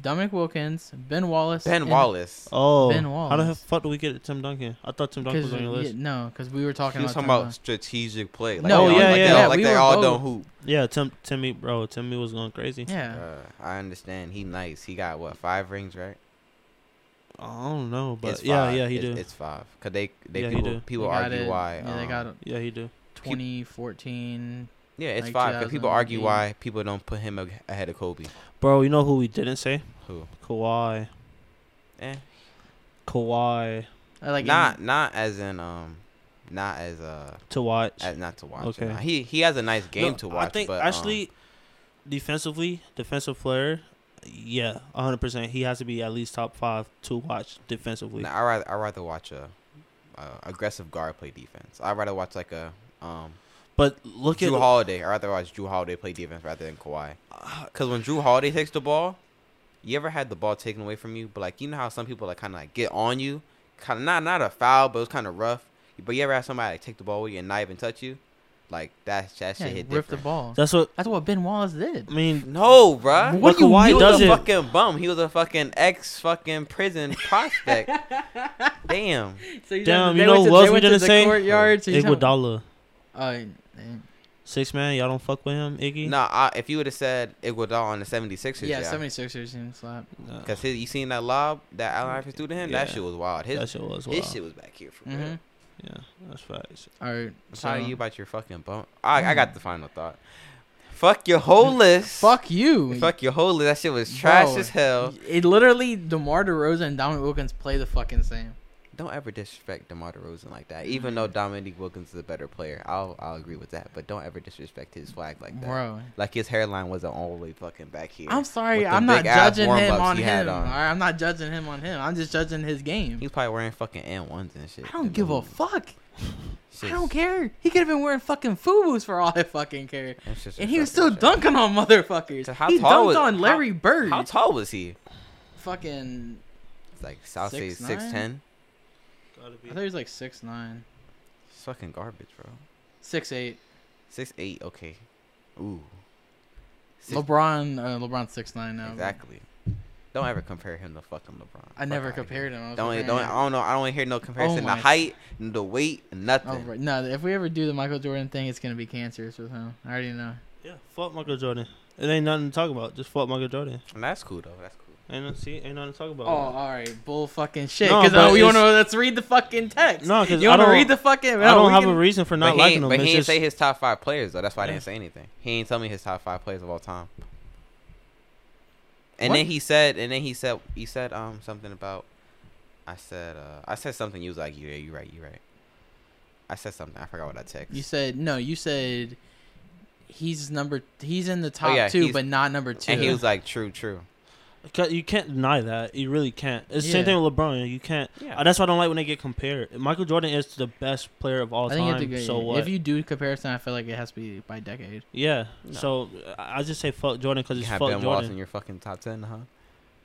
Dominic Wilkins, Ben Wallace. Ben and- Wallace. Oh, Ben how the Wallace. fuck do we get Tim Duncan? I thought Tim Duncan was Because on your yeah, list. no, because we were talking he was about. talking Tim about Duncan. strategic play. Like, No, they all, yeah, like yeah. They all, Yeah, like we they were all both. don't hoop. Yeah, Tim Timmy, bro, Timmy was going crazy. Yeah. Uh, I understand. He nice. He got what five rings, right? I don't know, but It's yeah, five. yeah, he It's- did. It's five. Cause they, they Yeah, he people, do. people They got argue it. why. Yeah, they um, got Yeah, he did. 2014. yeah, it's like five. Cause people argue 2008. why people don't put him a- ahead of Kobe. Bro, you know who we didn't say? Who? Kawhi. Eh, Kawhi I Uh, Like in- not not as in um, not as uh, to watch. as not to watch. Okay. Okay. He he has a nice game No, to watch. I think but, um, actually, defensively, defensive player, yeah, hundred percent. He has to be at least top five to watch defensively. nah, I rather I rather watch a, uh aggressive guard play defense. I would rather watch like a um But look Drew at Holiday. I rather watch Drew Holiday play defense rather than Kawhi. Uh, Because when Drew Holiday takes the ball, you ever had the ball taken away from you? But like you know how some people like kind of like get on you, kind of not not a foul, but it was kind of rough. But you ever had somebody like, take the ball away and not even touch you? Like that that Yeah, shit hit he different. ripped the ball. that's what That's what Ben Wallace did. I mean. No, bruh. What do you He mean? was doesn't- a fucking bum. He was a fucking ex fucking [LAUGHS] prison prospect. Damn. [LAUGHS] So you Damn, you know who else we didn't say? Courtyard, so you Iguodala. Uh, Six man, y'all don't fuck with him, Iggy. No, I, if you would have said Iguodala on the 76ers, yeah, yeah, 76ers seems slap. Nah, because you seen that lob that Allen Iverson threw to him, that Yeah. shit was wild. His that shit was wild. his shit was back here for Mm-hmm. real. Yeah, that's facts. All right. I'm So, Mm-hmm. sorry you about your fucking bone. I I got the final thought. Fuck your [LAUGHS] whole list. fuck you. Fuck your whole list. That shit was trash Bro. as hell. It literally DeMar DeRozan and Dominic Wilkins play the fucking same. Don't ever disrespect DeMar DeRozan like that. Even Mm-hmm. though Dominique Wilkins is a better player, I'll I'll agree with that. But don't ever disrespect his flag like that. Bro. Like his hairline wasn't all the way fucking back here. I'm sorry, With them I'm not big-ass judging him warm-ups on he had him. on. All right, I'm not judging him on him. I'm just judging his game. He's probably wearing fucking N ones and shit. I don't give a fuck. I don't care. care. He could have been wearing fucking FUBUs for all I fucking care. It's just And a he was still fucking joke. dunking on motherfuckers. So how he tall dunked was- on how- Larry Bird. How tall was he? fucking, It's like South Six, State six ten. Gotta I thought he was like six nine, It's fucking garbage, bro. six eight. Six eight. Okay. Ooh. Six- LeBron, uh, LeBron's six nine now. but Exactly. Don't ever compare him to fucking LeBron. I never compared him. I was Don't e- don't comparing I don't know. I don't wanna hear no comparison. my- the height, the weight, him- nothing. Oh, right. No, if we ever do the Michael Jordan thing, it's gonna be cancerous with him. I already know. Yeah, fuck Michael Jordan. It ain't nothing to talk about. Just fuck Michael Jordan. And that's cool though. That's cool. Ain't no, see, ain't nothing to talk Oh, about. all right, bull fucking shit. No, Because but you want it's- to let's read the fucking text. No, 'cause you I wanna don't- read the fucking. I don't we have can- a reason for But not he, ain't, liking him. but he It's didn't just- say his top five players though. That's why I Yeah. didn't say anything. He ain't tell me his top five players of all time. And What? then he said, and then he said, he said um something about, I said, uh, I said something. You was like, yeah, you right, you right. I said something. I forgot what I texted. You said no. You said he's number. He's in the top Oh, yeah, two, he's- but not number two. and he was like, true, true. Ca- You can't deny that. You really can't. It's the Yeah. same thing with LeBron. You can't. Yeah. Uh, that's why I don't like when they get compared. Michael Jordan is the best player of all I think you have to time. go, So what? if you do comparison, I feel like it has to be by decade. yeah. No. So uh, I I just say fuck Jordan because You it's have fuck Ben Wallace in Jordan. your fucking top ten, huh?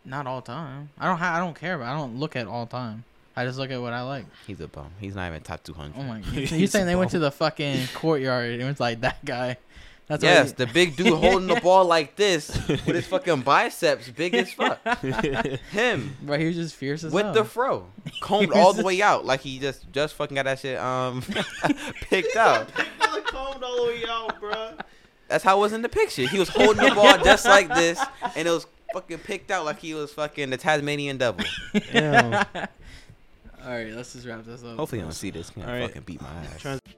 Not all time. I don't. Ha- I don't care. But I don't look at all time. I just look at what I like. He's a bum. He's not even top two hundred. [LAUGHS] Oh my god! He's You saying they went bald. to the fucking courtyard and it was like that guy? That's why yes, he- the big dude holding [LAUGHS] the ball like this with his fucking biceps big as [LAUGHS] fuck. [LAUGHS] [LAUGHS] Him Right, he was just fierce as with hell. the [LAUGHS] fro combed He all was the way out, like he just just fucking got that shit um [LAUGHS] [LAUGHS] picked out. That's how it was in the picture. He was holding the ball just like this, and it was fucking picked out like he was fucking the Tasmanian devil. Damn. [LAUGHS] all right, let's just wrap this up. Hopefully, I don't see this. Can All right. fucking beat my ass. Trans-